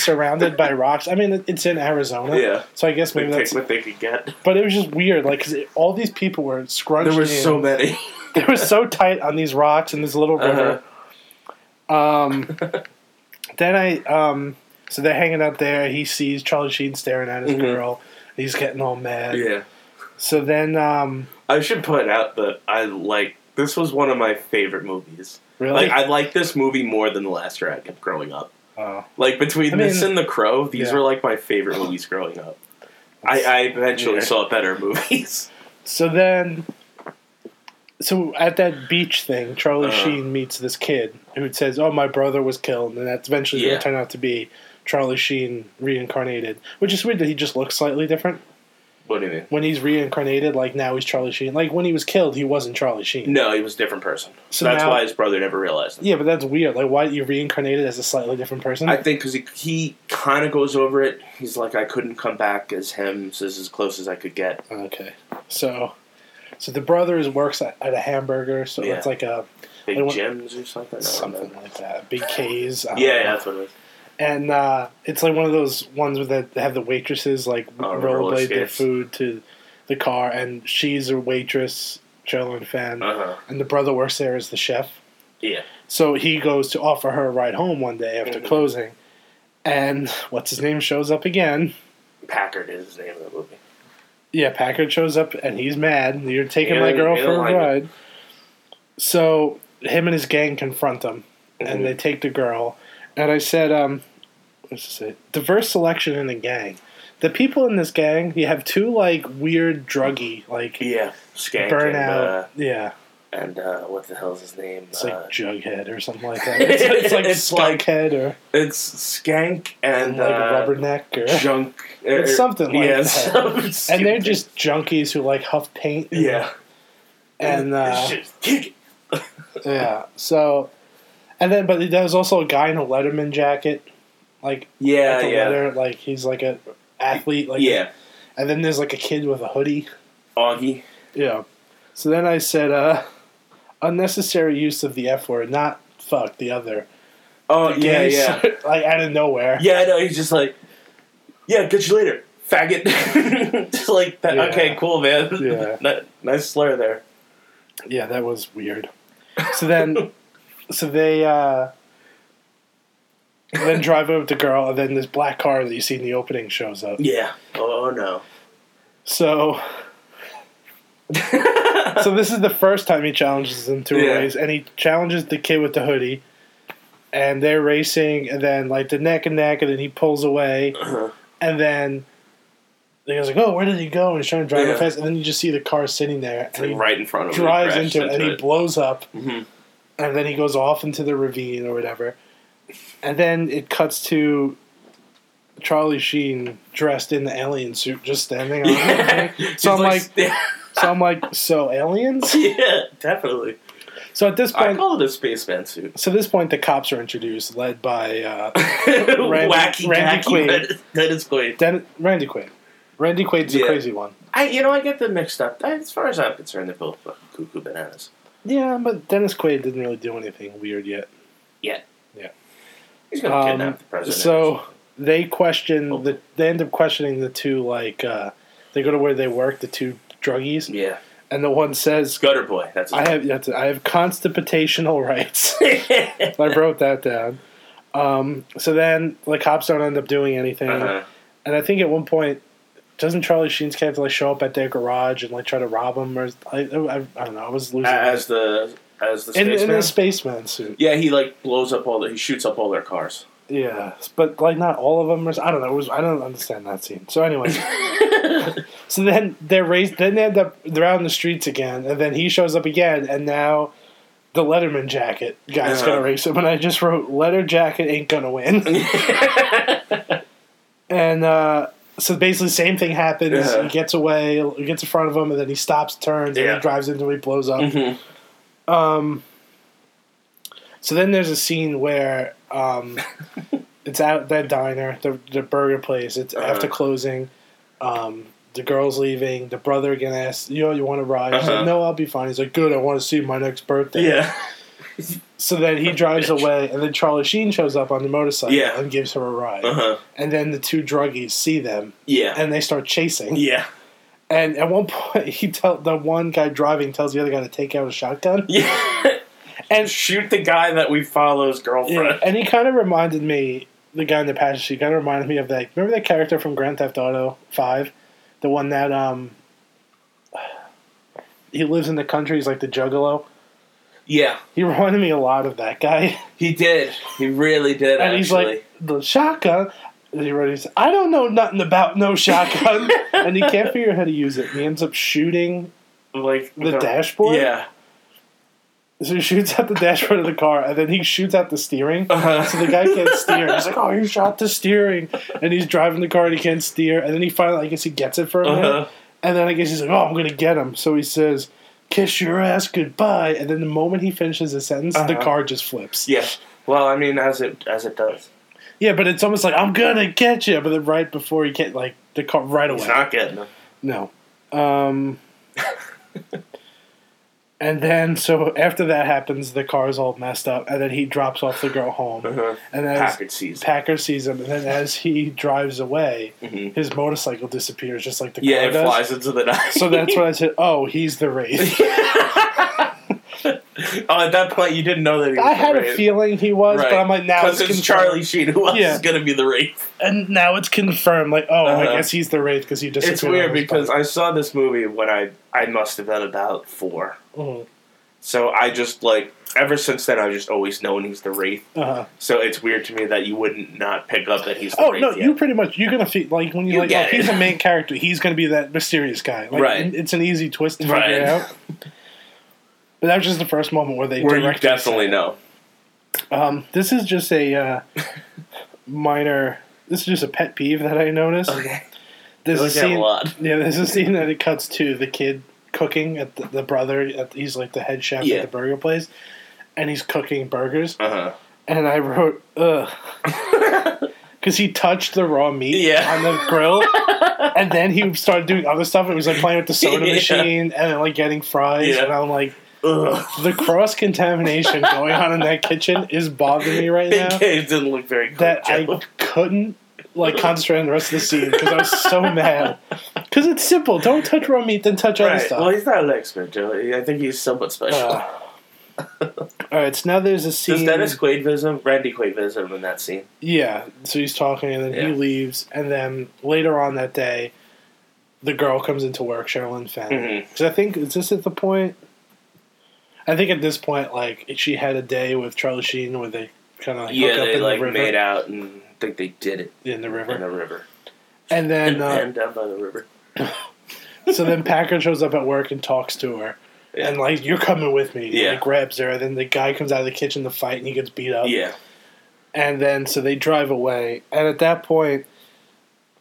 S2: *laughs*
S4: surrounded by rocks. I mean, it- it's in Arizona,
S2: Yeah.
S4: So I guess
S2: they
S4: maybe
S2: take
S4: that's.
S2: what they could get.
S4: But it was just weird, like 'cause it- all these people were scrunched.
S2: There were
S4: in.
S2: so many.
S4: *laughs* they were so tight on these rocks and this little
S2: Uh-huh.
S4: river.
S2: *laughs*
S4: Um, then I, um, so they're hanging out there. He sees Charlie Sheen staring at his
S2: Mhm.
S4: girl. He's getting all mad.
S2: Yeah.
S4: So then, um,
S2: I should point out that I like this was one of my favorite movies.
S4: really,
S2: Like I like this movie more than The Last Dragon growing up.
S4: oh,
S2: Like between
S4: I
S2: this
S4: mean-
S2: and The Crow, these
S4: Yeah.
S2: were like my favorite movies growing up. I, I eventually
S4: Yeah.
S2: saw better *laughs* movies.
S4: so then, so at that beach thing, Charlie
S2: Uh.
S4: Sheen meets this kid who says, "Oh, my brother was killed," and that's eventually
S2: Yeah.
S4: going to turn out to be Charlie Sheen reincarnated, which is weird that he just looks slightly different.
S2: What do you mean?
S4: when he's reincarnated, like now he's Charlie Sheen. Like when he was killed, he wasn't Charlie Sheen.
S2: No, he was a different person. So
S4: So
S2: that's
S4: now-
S2: why his brother never realized. Him.
S4: Yeah, but that's weird. Like, why you reincarnated as a slightly different person?
S2: I think because he, he kind of goes over it. He's like, I couldn't come back as him. So this is as close as I could get.
S4: okay, so so the brother is works at, at a hamburger, so
S2: Yeah.
S4: it's like a
S2: Big
S4: I want-
S2: gems or something. I don't
S4: something Uh-huh.
S2: remember.
S4: like that, big K's. I don't
S2: Yeah,
S4: know.
S2: yeah, that's what it was.
S4: and uh, it's like one of those ones where that they have the waitresses like
S2: Oh, roller
S4: rollerblade their
S2: skates.
S4: food to the car, and she's a waitress, Jolene fan,
S2: Uh huh.
S4: and the brother works there as the chef.
S2: Yeah.
S4: So he goes to offer her a ride home one day after
S2: Mhm.
S4: closing, and what's his name shows up again.
S2: Packard is the name of the movie.
S4: Yeah, Packard shows up and he's mad. You're taking
S2: Yeah,
S4: my girl
S2: they
S4: for
S2: don't
S4: a
S2: like it.
S4: ride. So him and his gang confront him,
S2: Mhm.
S4: and they take the girl. And I said, um, what's this say? Diverse selection in the gang. The people in this gang, you have two like weird druggy, like
S2: Yeah. Skank uh,
S4: burnout. yeah,
S2: and, uh, and uh, what the hell's his name?
S4: it's
S2: uh,
S4: like Jughead or something like that. It's like, it's like
S2: *laughs* It's like-
S4: Skunkhead or
S2: it's Skank and,
S4: like
S2: uh,
S4: Rubberneck or
S2: Junk.
S4: It's
S2: er,
S4: something like
S2: yeah,
S4: that.
S2: some
S4: *laughs* and they're
S2: stupid-
S4: just junkies who like huff paint.
S2: yeah.
S4: and
S2: It's
S4: uh,
S2: just kick it.
S4: yeah. So, and then but there was also a guy in a Letterman jacket, like
S2: yeah,
S4: with the
S2: yeah,
S4: leather, like he's like a athlete, like
S2: yeah.
S4: And then there's like a kid with a hoodie.
S2: Augie.
S4: Yeah. So then I said, uh, unnecessary use of the f word, not fuck the other.
S2: Oh yeah,
S4: Gays, *laughs*
S2: yeah,
S4: like out of nowhere.
S2: yeah. I know. He's just like, yeah, catch you later, faggot. *laughs* just like that.
S4: Yeah.
S2: Okay, cool, man.
S4: Yeah.
S2: *laughs* Ni- nice slur there.
S4: Yeah, that was weird.
S2: *laughs*
S4: So then, so they uh, then drive over the girl, and then this black car that you see in the opening shows up.
S2: Yeah. Oh
S4: *laughs*
S2: no. *laughs*
S4: So, so this is the first time he challenges them to
S2: Yeah.
S4: a race, and he challenges the kid with the hoodie, and they're racing, and then like the neck and neck, and then he pulls away,
S2: Uh-huh.
S4: and then. The guy's like, "Oh, where did he go?" And he's trying to drive
S2: Yeah.
S4: it fast, and then you just see the car sitting there,
S2: It's
S4: and he
S2: like right in front of him.
S4: drives
S2: crashed
S4: into it, and he blows up,
S2: Mhm.
S4: and then he goes off into the ravine or whatever. And then it cuts to Charlie Sheen dressed in the alien suit, just standing
S2: *laughs*
S4: on
S2: Yeah.
S4: it.
S2: He's
S4: So I'm like,
S2: yeah,
S4: so I'm like, so
S2: *laughs*
S4: aliens.
S2: yeah, definitely.
S4: So at this
S2: I
S4: point,
S2: call it a spaceman suit. *laughs*
S4: so at this point, the cops are introduced, led by uh,
S2: Wacky
S4: Randy
S2: Randy
S4: Quaid.
S2: Quaid. *laughs* That is Quaid.
S4: Den- Randy Quaid. Randy Quaid's the
S2: Yeah.
S4: crazy one.
S2: I, you know, I get them mixed up. As far as I'm concerned, they're both fucking cuckoo bananas.
S4: Yeah, but Dennis Quaid didn't really do anything weird yet.
S2: He's gonna
S4: Um,
S2: kidnap the president.
S4: so they question
S2: Oh.
S4: the. They end up questioning the two like uh, they go to where they work, the two druggies,
S2: yeah,
S4: and the one says,
S2: Gutter Boy. That's his
S4: I have that's, I have constipational *laughs* rights.
S2: name. *laughs*
S4: I wrote that down. Um, so then the cops don't end up doing anything,
S2: uh-huh.
S4: and I think at one point doesn't Charlie Sheen's character like show up at their garage and like try to rob them or I, I, I don't know. I was losing
S2: As the as the
S4: in, in
S2: spaceman.
S4: the spaceman suit.
S2: yeah, he like blows up all. The, he shoots up all their cars.
S4: Yeah, but like not all of them. Are, I don't know. It was, I don't understand that scene.
S2: *laughs*
S4: So anyway, so then they're raised. Then they end up they're out in the streets again, and then he shows up again, and now the Letterman jacket guy's
S2: Uh-huh.
S4: gonna race him. And I just wrote letter jacket ain't
S2: *laughs*
S4: gonna win. *laughs* and uh, so basically, same thing happens.
S2: Yeah.
S4: He gets away, he gets in front of him, and then he stops, turns, and
S2: Yeah.
S4: then drives into him. He blows up.
S2: Mhm.
S4: So then there's a scene where
S2: *laughs*
S4: um, it's at that diner, the, the burger place. It's
S2: Uh-huh.
S4: after closing. Um, the girl's leaving. The brother again asks, "You know, you want to ride?" She's
S2: Uh-huh.
S4: like, "No, I'll be fine." He's like, "Good, I want to see my next birthday."
S2: Yeah.
S4: So then he drives away, and then Charlie Sheen shows up on the motorcycle
S2: Yeah.
S4: and gives her a ride.
S2: Uh huh.
S4: And then the two druggies see them
S2: Yeah.
S4: and they start chasing.
S2: yeah.
S4: And at one *laughs* point, he tell the one guy driving tells the other guy to take out a shotgun.
S2: *laughs* Yeah.
S4: And
S2: Shoot the guy that we follow's
S4: Yeah,
S2: girlfriend.
S4: and he kind of reminded me, the guy in the pageant, he kind of reminded me of that. Remember that character from Grand Theft Auto Five, the one that um, he lives in the country. He's like the Juggalo.
S2: Yeah.
S4: He *laughs* reminded me a lot of that guy, *laughs*
S2: He did. He really did.
S4: and
S2: actually.
S4: he's like the shotgun. and He wrote, he said, I don't know nothing about no shotgun, and he can't figure out how to use it. And he ends up shooting *laughs*
S2: like
S4: the dashboard.
S2: Yeah.
S4: So he shoots out the dashboard of the car, and then he shoots out the steering.
S2: Uh-huh.
S4: So the guy can't steer. He's like, "Oh, you shot the steering," and he's driving the car and he can't steer. And then he finally, I guess, he gets it for a minute.
S2: Uh-huh.
S4: And then I guess he's like, "Oh, I'm gonna get him." So he says, "Kiss your ass goodbye." And then the moment he finishes the sentence, the
S2: Uh-huh.
S4: car just flips.
S2: Yeah. Well, I mean, as it as it does.
S4: yeah, but it's almost like I'm gonna get you, but then right before he get like the car right away.
S2: He's not getting them.
S4: No.
S2: *laughs*
S4: Um, and then, so after that happens, the car's all messed up, and then he drops off the girl home.
S2: Uh-huh.
S4: And as
S2: Packard sees. it.
S4: Packer sees him, and then as he drives away,
S2: Mhm.
S4: his motorcycle disappears, just like the
S2: Yeah,
S4: car
S2: it
S4: does.
S2: flies into the night.
S4: So that's when I said, "Oh, he's the
S2: *laughs*
S4: wraith."
S2: oh, at that point, you didn't know that. He was
S4: I had
S2: the
S4: a feeling he was, but I'm like, now
S2: because
S4: it's,
S2: it's
S4: confirmed.
S2: Charlie Sheen. Who else
S4: Yeah.
S2: is going to be the wraith?
S4: and now it's confirmed. Like, oh,
S2: Uh-huh.
S4: I guess he's the wraith because he disappeared.
S2: It's weird
S4: on his
S2: because
S4: bike.
S2: I saw this movie when I I must have been about four.
S4: Mhm.
S2: So I just like ever since then I've just always known he's the wraith.
S4: Uh-huh.
S2: So it's weird to me that you wouldn't not pick up that he's the
S4: Oh
S2: wraith.
S4: no!
S2: yet.
S4: You pretty much you're gonna feel like when you're
S2: You
S4: like,
S2: get
S4: oh, he's
S2: it.
S4: the main character. He's gonna be that mysterious guy. Like,
S2: Right.
S4: It's an easy twist to
S2: Right. *laughs*
S4: figure out. But that was just the first moment where they
S2: where you
S4: directly said
S2: definitely
S4: it.
S2: know.
S4: Um, this is just a uh, minor. This is just a pet peeve that I noticed.
S2: Okay,
S4: There's
S2: look at a lot.
S4: Yeah, there's a scene that it cuts to the kid cooking at the, the brother. At, he's like the head chef
S2: Yeah.
S4: at the burger place, and he's cooking burgers.
S2: Uh huh.
S4: And I wrote
S2: *laughs*
S4: ugh. Because he touched the raw meat
S2: Yeah.
S4: on the grill, and then he started doing other stuff. It was like playing with the
S2: *laughs*
S4: soda
S2: Yeah.
S4: machine and like getting fries,
S2: Yeah.
S4: and I'm like, the cross contamination going on in that kitchen is bothering me right now
S2: *laughs* It didn't look very good.
S4: that I *laughs* couldn't like concentrate on the rest of the scene because I
S2: *laughs*
S4: was so mad. Because it's simple: don't touch raw meat, then touch other
S2: Right.
S4: stuff.
S2: Well, he's not an expert, Joe. I think he's somewhat special.
S4: Uh, all right, so now there's
S2: *laughs*
S4: a
S2: Does
S4: scene.
S2: Dennis Quaid visit him? Randy Quaid visit him in that scene?
S4: yeah, so he's talking, and then he
S2: Yeah.
S4: leaves, and then later on that day, the girl comes into work, Sherilyn Fenn.
S2: Mhm.
S4: Because I think is this at the point? I think at this point, like she had a day with Charlie Sheen where they kind of
S2: yeah,
S4: hook up
S2: they
S4: in
S2: like
S4: the river.
S2: made out and I think they did it
S4: in the
S2: in
S4: river,
S2: the river
S4: and then
S2: and,
S4: uh,
S2: down by the river.
S4: So then Packer shows up at work and talks to her.
S2: Yeah.
S4: And like, you're coming with me.
S2: Yeah.
S4: And he grabs her. And then the guy comes out of the kitchen to fight and he gets beat up.
S2: yeah,
S4: And then so they drive away. And at that point,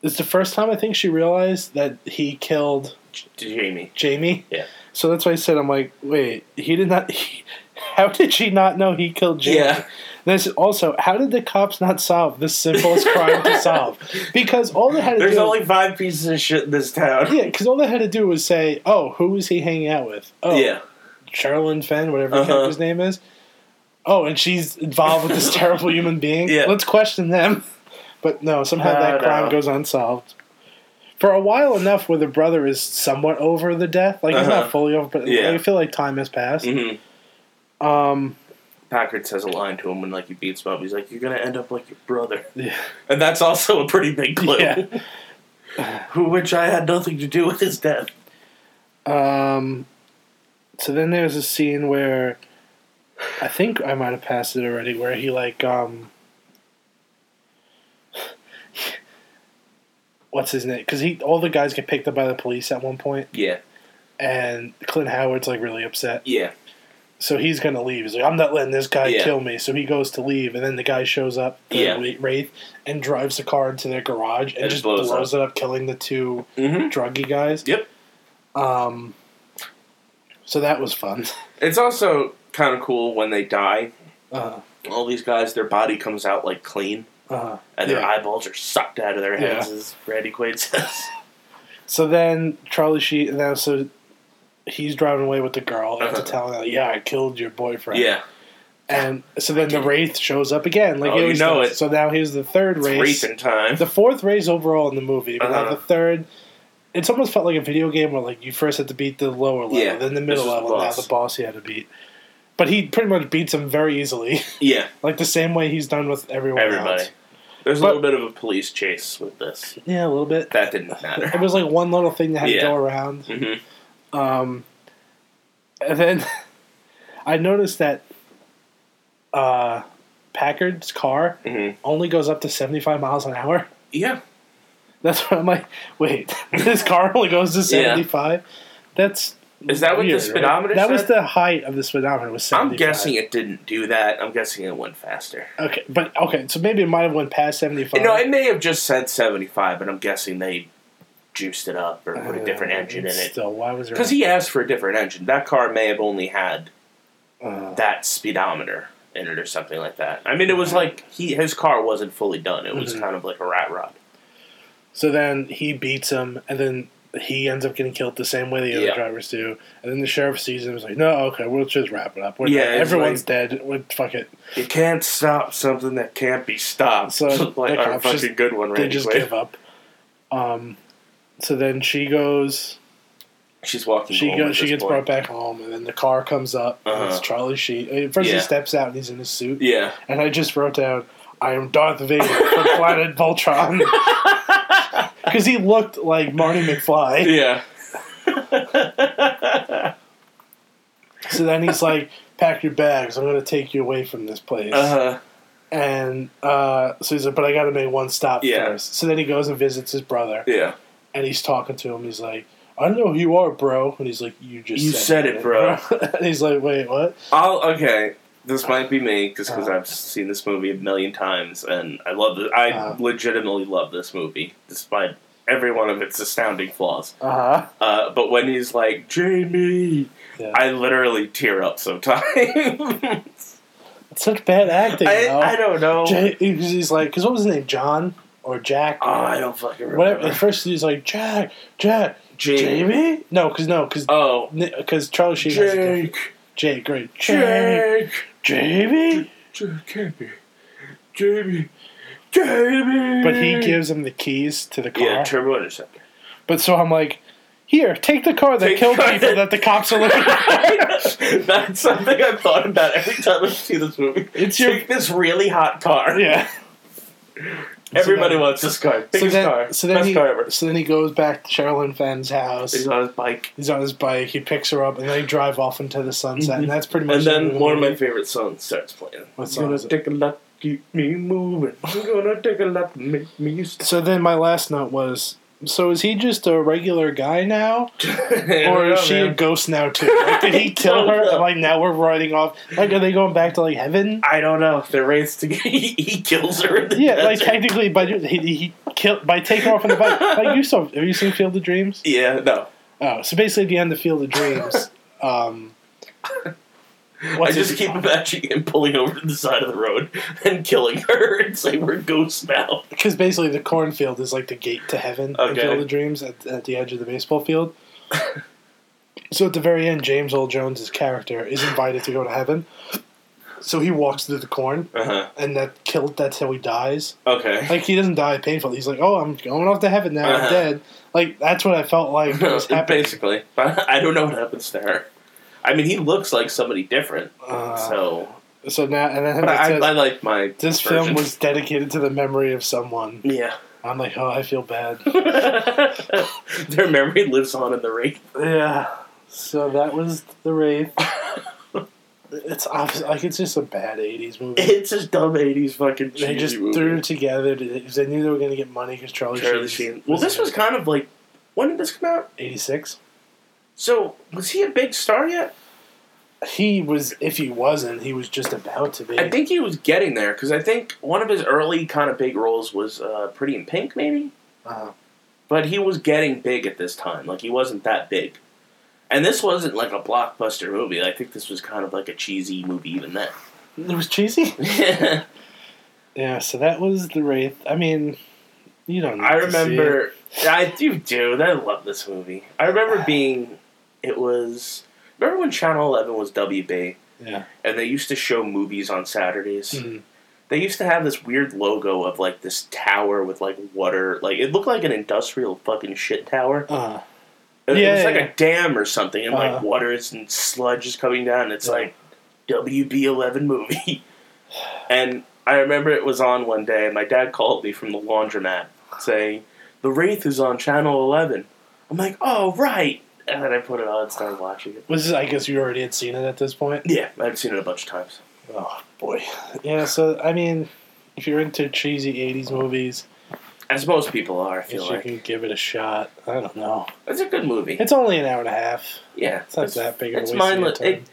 S4: it's the first time I think she realized that he killed
S2: J- Jamie.
S4: Jamie.
S2: Yeah.
S4: So that's why I said, I'm like, wait, he did not. *laughs* He, how did she not know he killed Jamie? *laughs*
S2: Yeah,
S4: This also, how did the cops not solve the simplest crime to solve? Because all they had to
S2: there's
S4: do
S2: only five pieces of shit in this town.
S4: yeah, because all they had to do was say, "Oh, who was he hanging out with?" Oh,
S2: *laughs* yeah,
S4: Charlene Fenn, whatever the
S2: Uh-huh.
S4: character's name is. Oh, and she's involved with
S2: *laughs*
S4: this terrible human being.
S2: Yeah.
S4: Let's question them. But no, somehow
S2: No,
S4: that crime
S2: no.
S4: goes unsolved. For a while enough where the brother is somewhat over the death. Like, he's
S2: Uh-huh.
S4: not fully over, but
S2: Yeah.
S4: I feel like time has passed.
S2: Mhm.
S4: Um,
S2: Packard says a line to him when like he beats him up. He's like, "You're gonna end up like your brother,"
S4: yeah.
S2: *laughs* and that's also a pretty big clue.
S4: Yeah.
S2: *laughs* Who, which I had nothing to do with his death.
S4: Um, so then there's a scene where I think I might have passed it already, where he like um, *laughs* what's his name? Because he all the guys get picked up by the police at one point,
S2: Yeah,
S4: and Clint Howard's like really upset.
S2: yeah,
S4: So he's gonna leave. He's like, I'm not letting this guy
S2: Yeah.
S4: kill me. So he goes to leave, and then the guy shows up, the
S2: Yeah.
S4: Wa- wraith, and drives the car into their garage and,
S2: And
S4: just blows,
S2: blows
S4: it up, killing the two
S2: mm-hmm.
S4: druggy guys.
S2: yep.
S4: Um, so that was fun.
S2: It's also kind of cool when they die.
S4: Uh,
S2: All these guys, their body comes out like clean,
S4: uh,
S2: and their
S4: Yeah.
S2: eyeballs are sucked out of their heads,
S4: Yeah.
S2: as Randy Quaid says.
S4: *laughs* so then Charlie Sheen now so he's driving away with the girl after
S2: Uh-huh.
S4: telling her, "Yeah, I killed your boyfriend."
S2: Yeah,
S4: and so then the wraith shows up again. Like
S2: Oh,
S4: he
S2: you
S4: always
S2: know
S4: does.
S2: it.
S4: So now here's the third
S2: it's
S4: race.
S2: racing time.
S4: the fourth race overall in the movie, but now
S2: Uh-huh.
S4: the third. It's almost felt like a video game where like you first had to beat the lower level,
S2: Yeah,
S4: then the
S2: this
S4: middle
S2: was the
S4: level, now
S2: boss.
S4: the boss he had to beat. But he pretty much beats him very easily, *laughs*
S2: yeah,
S4: like the same way he's done with everyone
S2: everybody.
S4: else.
S2: There's a
S4: But-
S2: little bit of a police chase with this.
S4: Yeah, a little bit.
S2: That didn't matter.
S4: It was like one little thing that had
S2: Yeah.
S4: to go around.
S2: Mhm.
S4: Um, and then *laughs* I noticed that uh, Packard's car
S2: Mhm.
S4: only goes up to 75 miles an hour. *laughs*
S2: Yeah,
S4: That's what I'm like, wait, *laughs* this car only goes to 75? That's.
S2: Is that what the
S4: weird,
S2: speedometer
S4: That was
S2: said?
S4: the height of the speedometer was 75.
S2: I'm guessing it didn't do that. I'm guessing it went faster.
S4: Okay, but okay, so maybe it might have went past 75.
S2: No, it may have just said 75, but I'm guessing they juiced it up or put a different
S4: Uh,
S2: engine in it.
S4: Still, why was there?
S2: Because he asked for a different engine. That car may have only had
S4: uh,
S2: that speedometer in it or something like that. I mean, it
S4: Mm-hmm.
S2: was like he his car wasn't fully done. It was
S4: Mhm.
S2: kind of like a rat rod.
S4: So then he beats him, and then he ends up getting killed the same way the other
S2: Yeah.
S4: drivers do. And then the sheriff sees him and is like, no, okay, we'll just wrap it up. We're
S2: Yeah,
S4: done.
S2: it's
S4: everyone's
S2: like-
S4: dead. We're, fuck it.
S2: You can't stop something that can't be stopped.
S4: So,
S2: *laughs* like
S4: the
S2: our
S4: cops just-
S2: fucking good one,
S4: They
S2: right?
S4: just give up. Um, so then she goes,
S2: She's walking.
S4: she
S2: home
S4: goes,
S2: at
S4: she
S2: this
S4: gets
S2: point.
S4: brought back home, and then the car comes up. And it's
S2: Uh-huh.
S4: Charlie Sheen. First he
S2: Yeah.
S4: steps out and he's in his suit, *laughs*
S2: Yeah,
S4: and I just wrote down, "I am Darth Vader
S2: *laughs*
S4: from Planet Voltron," *laughs* because he looked like Marty McFly.
S2: yeah. *laughs*
S4: So then he's like, "Pack your bags. I'm going to take you away from this place."
S2: Uh huh.
S4: And uh, so he's like, "But I got to make one stop
S2: Yeah.
S4: first. So then he goes and visits his brother,
S2: Yeah.
S4: and he's talking to him. He's like, "I know who you are, bro." And he's like, "You just
S2: You said it, bro."
S4: *laughs* and he's like, "Wait, what?"
S2: I'll okay. This might be me just because
S4: Uh.
S2: I've seen this movie a million times, and I love it. I
S4: Uh.
S2: legitimately love this movie, despite every one of its astounding flaws.
S4: Uh huh.
S2: Uh, but when he's like Jamie,
S4: Yeah.
S2: I literally tear up
S4: *laughs*
S2: sometimes. I,
S4: It's such bad acting. though.
S2: I don't know.
S4: Jay, he's he's like, because what was his name, John or Jack?
S2: oh, I don't fucking
S4: Whatever. At
S2: remember.
S4: first he's like, Jack, Jack,
S2: Jamie.
S4: Jamie. No, because no, because
S2: *laughs* Oh,
S4: because Charlie Sheen. has a different-
S2: Jake.
S4: Jake, great. Jake.
S2: Jake.
S4: Jamie.
S2: Jake. can't be. Jamie. Jamie.
S4: But he gives him the keys to the car.
S2: Yeah, Turbo Interceptor. *laughs*
S4: but so I'm like, here, take the car that
S2: Take
S4: killed
S2: the car
S4: people that the cops are
S2: *laughs*
S4: looking for.
S2: That's something I've thought about every time I see this movie.
S4: It's your-
S2: Take this really hot car.
S4: yeah.
S2: Everybody
S4: So then-
S2: wants this car. Biggest
S4: So then,
S2: car.
S4: so then
S2: Best
S4: he,
S2: car ever.
S4: so then he goes back to Sherilyn Fenn's house.
S2: He's on his bike.
S4: He's on his bike. He picks her up, and they drive off into the sunset. And that's pretty much.
S2: Mm-hmm. And
S4: the end
S2: then
S4: the
S2: one of my
S4: movie.
S2: favorite songs starts playing.
S4: What
S2: I'm
S4: song
S2: gonna
S4: is it?
S2: take a lot, keep me moving. I'm gonna take a lot, make me used *laughs* to.
S4: So then my last note was so is he just a regular guy now? Or is she a ghost now too? Like, did
S2: *laughs*
S4: he kill her? And, like now we're riding off like are they going back to like heaven?
S2: I don't know. They're raised to *laughs* he, he kills her. In the
S4: Yeah, like
S2: desert.
S4: technically by he, he killed by taking off on the bike. Like you saw have you seen Field of Dreams?
S2: yeah, no.
S4: Oh, so basically at the end of Field of Dreams, um
S2: I
S4: what's
S2: just
S4: his-
S2: keep imagining him pulling over to the side of the road *laughs* and killing her *laughs* and say we're ghosts now.
S4: because basically the cornfield is like the gate to heaven in
S2: Okay.
S4: Field of Dreams at, at the edge of the baseball field. so at the very end, James Earl Jones' character is invited to go to heaven. So he walks through the corn,
S2: Uh huh.
S4: and that killed. That's how he dies.
S2: Okay.
S4: Like he doesn't die painfully. He's like, "Oh, I'm going off to heaven now.
S2: Uh-huh.
S4: I'm dead." Like that's what I felt like
S2: No, *laughs*
S4: was happening.
S2: basically. But *laughs* I don't know what happens to her. I mean, he looks like somebody different.
S4: Uh, so,
S2: so,
S4: now, and then
S2: but
S4: it
S2: I,
S4: says,
S2: I like my
S4: this
S2: version.
S4: film was dedicated to the memory of someone.
S2: yeah.
S4: I'm like, oh, I feel bad.
S2: *laughs* Their memory lives on in the ring. *laughs*
S4: Yeah. So that was the wraith. It's obvious. Like it's just a bad '80s movie.
S2: It's just dumb eighties fucking.
S4: They
S2: cheesy
S4: just
S2: movie.
S4: threw them together because they knew they were going to get money because Charlie,
S2: Charlie Sheen. Well, this was kind of like when did this come out?
S4: '86.
S2: So was he a big star yet?
S4: He was, if he wasn't, he was just about to be.
S2: I think he was getting there because I think one of his early kind of big roles was uh, Pretty in Pink, maybe.
S4: Uh,
S2: But he was getting big at this time. Like he wasn't that big. And this wasn't like a blockbuster movie. I think this was kind of like a cheesy movie even then.
S4: it was cheesy.
S2: *laughs*
S4: Yeah, so that was the wraith. I mean, you don't. Need
S2: I
S4: to see it.
S2: remember I do dude, I love this movie. I
S4: *sighs*
S2: remember being it was remember when Channel Eleven was WB
S4: Yeah.
S2: and they used to show movies on Saturdays.
S4: Mhm.
S2: They used to have this weird logo of like this tower with like water, like it looked like an industrial fucking shit tower.
S4: Uh,
S2: It
S4: Yeah,
S2: was
S4: yeah,
S2: like
S4: yeah.
S2: a dam or something, and
S4: Uh-huh.
S2: like water is and sludge is coming down. And it's
S4: Yeah.
S2: like WB eleven movie, *laughs* and I remember it was on one day, and my dad called me from the laundromat saying the Wraith is on channel eleven. I'm like, oh right, and then I put it on and started watching it.
S4: was I guess you already had seen it at this point.
S2: Yeah, I've seen it a bunch of times.
S4: Oh boy. Yeah. So I mean, if you're into cheesy '80s movies,
S2: As most people are, I
S4: I guess
S2: feel
S4: you
S2: like
S4: can give it a shot. I don't know.
S2: it's a good movie.
S4: It's only an hour and a half.
S2: yeah,
S4: It's not that big of a
S2: It's
S4: waste of your
S2: mindless.
S4: time.
S2: It,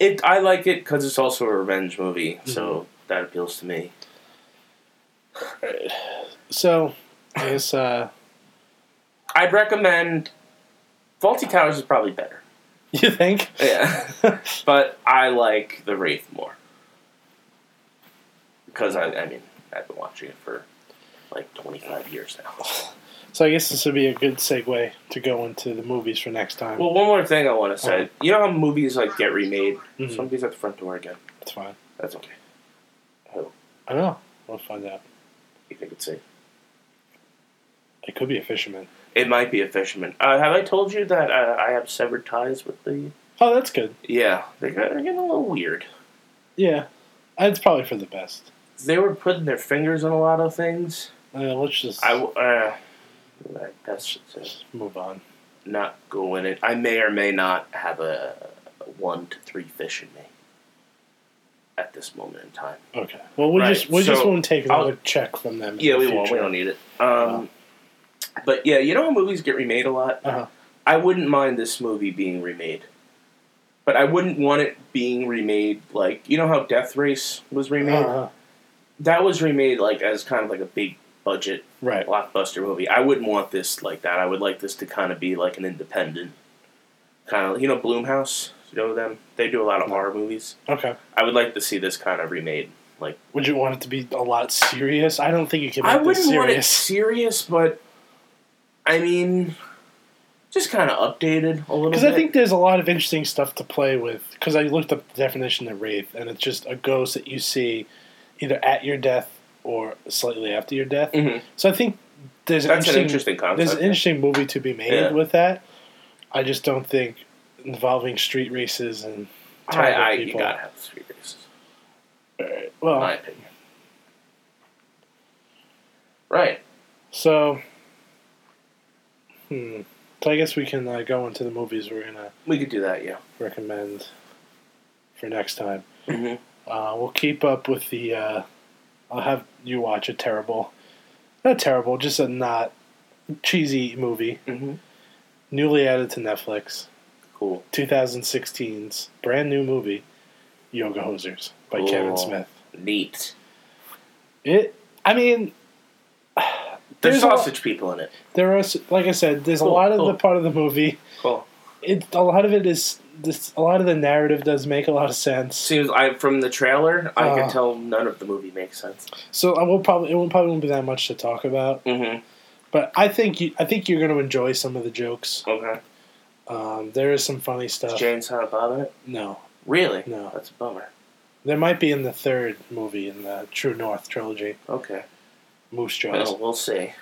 S2: it, I like it because it's also a revenge movie,
S4: Mm-hmm.
S2: so that appeals to me.
S4: So I guess uh, *laughs*
S2: I'd recommend Faulty Towers is probably better.
S4: you think? *laughs*
S2: Yeah. *laughs* but I like The Wraith more. Because I, I mean, I've been watching it for like 25 years now.
S4: So I guess this would be a good segue to go into the movies for next time.
S2: Well, one more thing I want to say. You know how movies like get remade?
S4: Mhm.
S2: Somebody's at the front door again.
S4: it's fine.
S2: That's okay.
S4: I don't know. We'll find out.
S2: You think it's safe?
S4: It could be a fisherman.
S2: It might be a fisherman. Uh, have I told you that uh, I have severed ties with the?
S4: Oh, that's good.
S2: Yeah, they got, they're getting a little weird.
S4: Yeah, it's probably for the best.
S2: They were putting their fingers in a lot of things.
S4: Uh, let's just
S2: I w- uh, that's just
S4: move on.
S2: not going in. I may or may not have a one to three fish in me at this moment in time.
S4: Okay. Well, we
S2: Right,
S4: just we just
S2: so
S4: won't take
S2: I'll-
S4: another check from them. in
S2: Yeah,
S4: the
S2: we won't. We
S4: future.
S2: don't need it. Um, but yeah, you know how movies get remade a lot.
S4: Uh-huh.
S2: I wouldn't mind this movie being remade, but I wouldn't want it being remade like you know how Death Race was remade.
S4: Uh-huh.
S2: That was remade like as kind of like a big budget
S4: Right.
S2: blockbuster movie. I wouldn't want this like that. I would like this to kind of be like an independent kind of you know Bloomhouse. You know them. They do a lot of horror movies.
S4: Okay.
S2: I would like to see this kind of remade. Like
S4: Would you want it to be a lot serious? I don't think you can make
S2: I
S4: this
S2: wouldn't want it
S4: serious.
S2: serious, but I mean, just kind of updated a little.
S4: Because
S2: bit.
S4: I think there's a lot of interesting stuff to play with. Because I looked up the definition of wraith, and it's just a ghost that you see either at your death or slightly after your death.
S2: Mhm.
S4: So I think there's an
S2: that's an
S4: interesting,
S2: interesting
S4: there's
S2: concept.
S4: an interesting movie to be made
S2: Yeah.
S4: with that. I just don't think involving street races and
S2: I, I
S4: terrible
S2: you
S4: people. Oh.
S2: gotta have three races, in
S4: well,
S2: my opinion. Right.
S4: So, hmm. So I guess we can uh, go into the movies we're gonna
S2: We could do that. Yeah.
S4: recommend for next time.
S2: Mhm.
S4: Uh, we'll keep up with the. Uh, I'll have you watch a terrible, not terrible, just a not cheesy movie,
S2: Mm-hmm.
S4: newly added to Netflix,
S2: Cool.
S4: 2016's brand new movie, Yoga Hosers by Kevin
S2: Cool.
S4: Smith.
S2: Neat.
S4: It. I mean,
S2: There's,
S4: There's a lot-
S2: sausage people in it.
S4: there are s- like I said, there's
S2: Cool,
S4: a lot of
S2: cool.
S4: the part of the movie.
S2: Cool.
S4: It a lot of it is this. A lot of the narrative does make a lot of sense.
S2: Seems I from the trailer, I
S4: Uh.
S2: can tell none of the movie makes sense.
S4: So I will probably it will probably won't be that much to talk about.
S2: Mm-hmm.
S4: But I think you, I think you're going to enjoy some of the jokes.
S2: Okay.
S4: Um, there is some funny
S2: Is
S4: stuff.
S2: Jane Silent Bob in it?
S4: No,
S2: Really?
S4: No.
S2: That's a bummer.
S4: there might be in the third movie in the True North trilogy,
S2: Okay.
S4: Moose Jaws.
S2: Well, we'll see.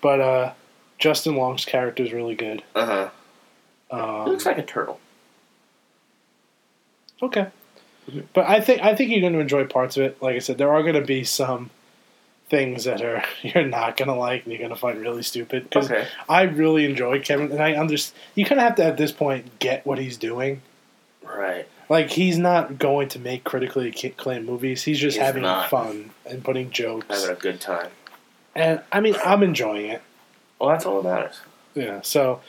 S4: But uh, Justin Long's character is really good.
S2: Uh huh. He
S4: Um,
S2: looks like a turtle.
S4: okay, but I think I think you're going to enjoy parts of it. Like I said, there are going to be some things that are *laughs* you're not going to like and you're going to find really stupid. 'Cause
S2: Okay.
S4: I really enjoy Kevin, and I understand. You kind of have to at this point get what he's doing
S2: Right.
S4: Like he's not going to make critically acclaimed movies. He's just
S2: He's
S4: having
S2: not.
S4: fun and putting jokes.
S2: Having a good time.
S4: And I mean, I'm enjoying it.
S2: Well, that's all that matters.
S4: Yeah. So,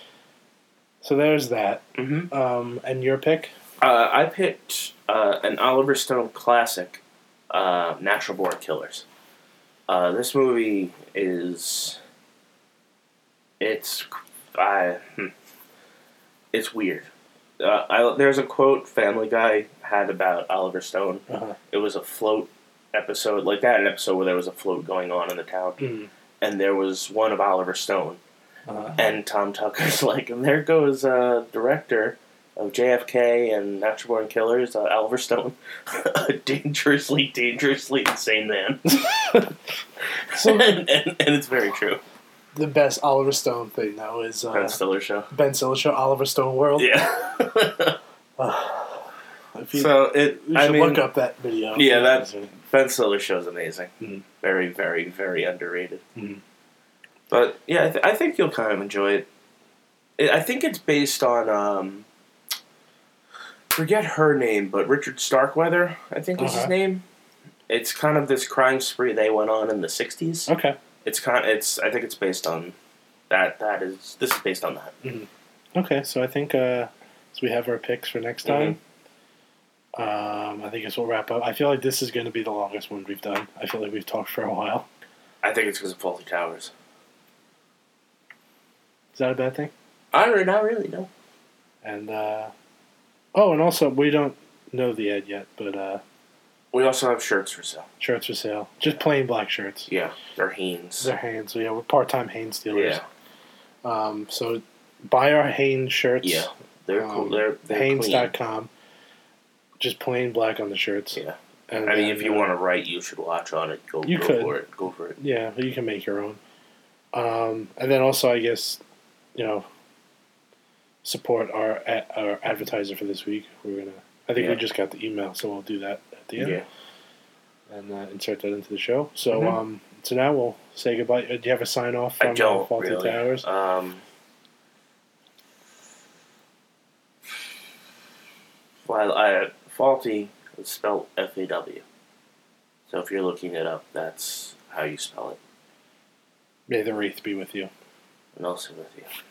S4: so there's that.
S2: Mm-hmm.
S4: Um, and your pick?
S2: Uh, I picked uh, an Oliver Stone classic, uh, Natural Born Killers. Uh, this movie is. It's. I, hmm. it's weird. Uh, I, there's a quote Family Guy had about Oliver Stone.
S4: Uh-huh.
S2: It was a float episode, like that an episode where there was a float going on in the town,
S4: Mm.
S2: and there was one of Oliver Stone.
S4: Uh,
S2: And Tom Tucker's *laughs* like, and there goes uh, director of JFK and Natural Born Killers, uh, Oliver Stone, *laughs* a dangerously, dangerously insane man. *laughs*
S4: So-
S2: and, and, and it's very true.
S4: the best Oliver Stone thing now is
S2: Ben
S4: uh,
S2: Stiller show.
S4: Ben Stiller show Oliver Stone World.
S2: Yeah.
S4: If you,
S2: so it.
S4: you should
S2: I mean,
S4: look up that video.
S2: Yeah, that's- Ben Stiller show's amazing.
S4: Mhm.
S2: Very, very, very underrated.
S4: Mhm.
S2: But yeah, I, th- I think you'll kind of enjoy it. it. I think it's based on um, forget her name, but Richard Starkweather, I think is his
S4: Uh-huh.
S2: name. It's kind of this crime spree they went on in the '60s.
S4: okay.
S2: It's kind. It's I think it's based on that. That is this is based on that.
S4: Okay. So I think uh, so we have our picks for next
S2: Mm-hmm.
S4: time. Um, I think this will wrap up. I feel like this is going to be the longest one we've done. I feel like we've talked for a while.
S2: I think it's because of Faulty Towers.
S4: Is that a bad thing?
S2: I don't. Not really. No.
S4: And uh, oh, and also we don't know the ad yet, but uh,
S2: We also have shirts for sale.
S4: shirts for sale. Just plain black shirts.
S2: Yeah, they're Hanes.
S4: They're Hanes. So yeah, we're part-time Hanes dealers.
S2: Yeah.
S4: Um, so buy our Hanes shirts.
S2: Yeah, they're cool.
S4: Um,
S2: They're, they're clean.
S4: Hanes.com. Just plain black on the shirts.
S2: Yeah.
S4: And
S2: I mean,
S4: then,
S2: if you
S4: uh,
S2: want to write, you should watch on it. Go,
S4: You
S2: go
S4: could.
S2: for it. Go for it.
S4: Yeah, you can make your own. Um, and then also, I guess, you know, support our a- our advertiser for this week. We're gonna. I think we
S2: Yeah.
S4: just got the email, so we'll do that at the end and uh, insert that into the show. So,
S2: Mhm.
S4: um, so now we'll say goodbye. Uh, Do you have a sign off from
S2: I don't
S4: uh, Faulty
S2: really.
S4: Towers?
S2: Um, well, I, faulty is spelled F A W. So if you're looking it up, that's how you spell it.
S4: May the wraith be with you.
S2: And also with you.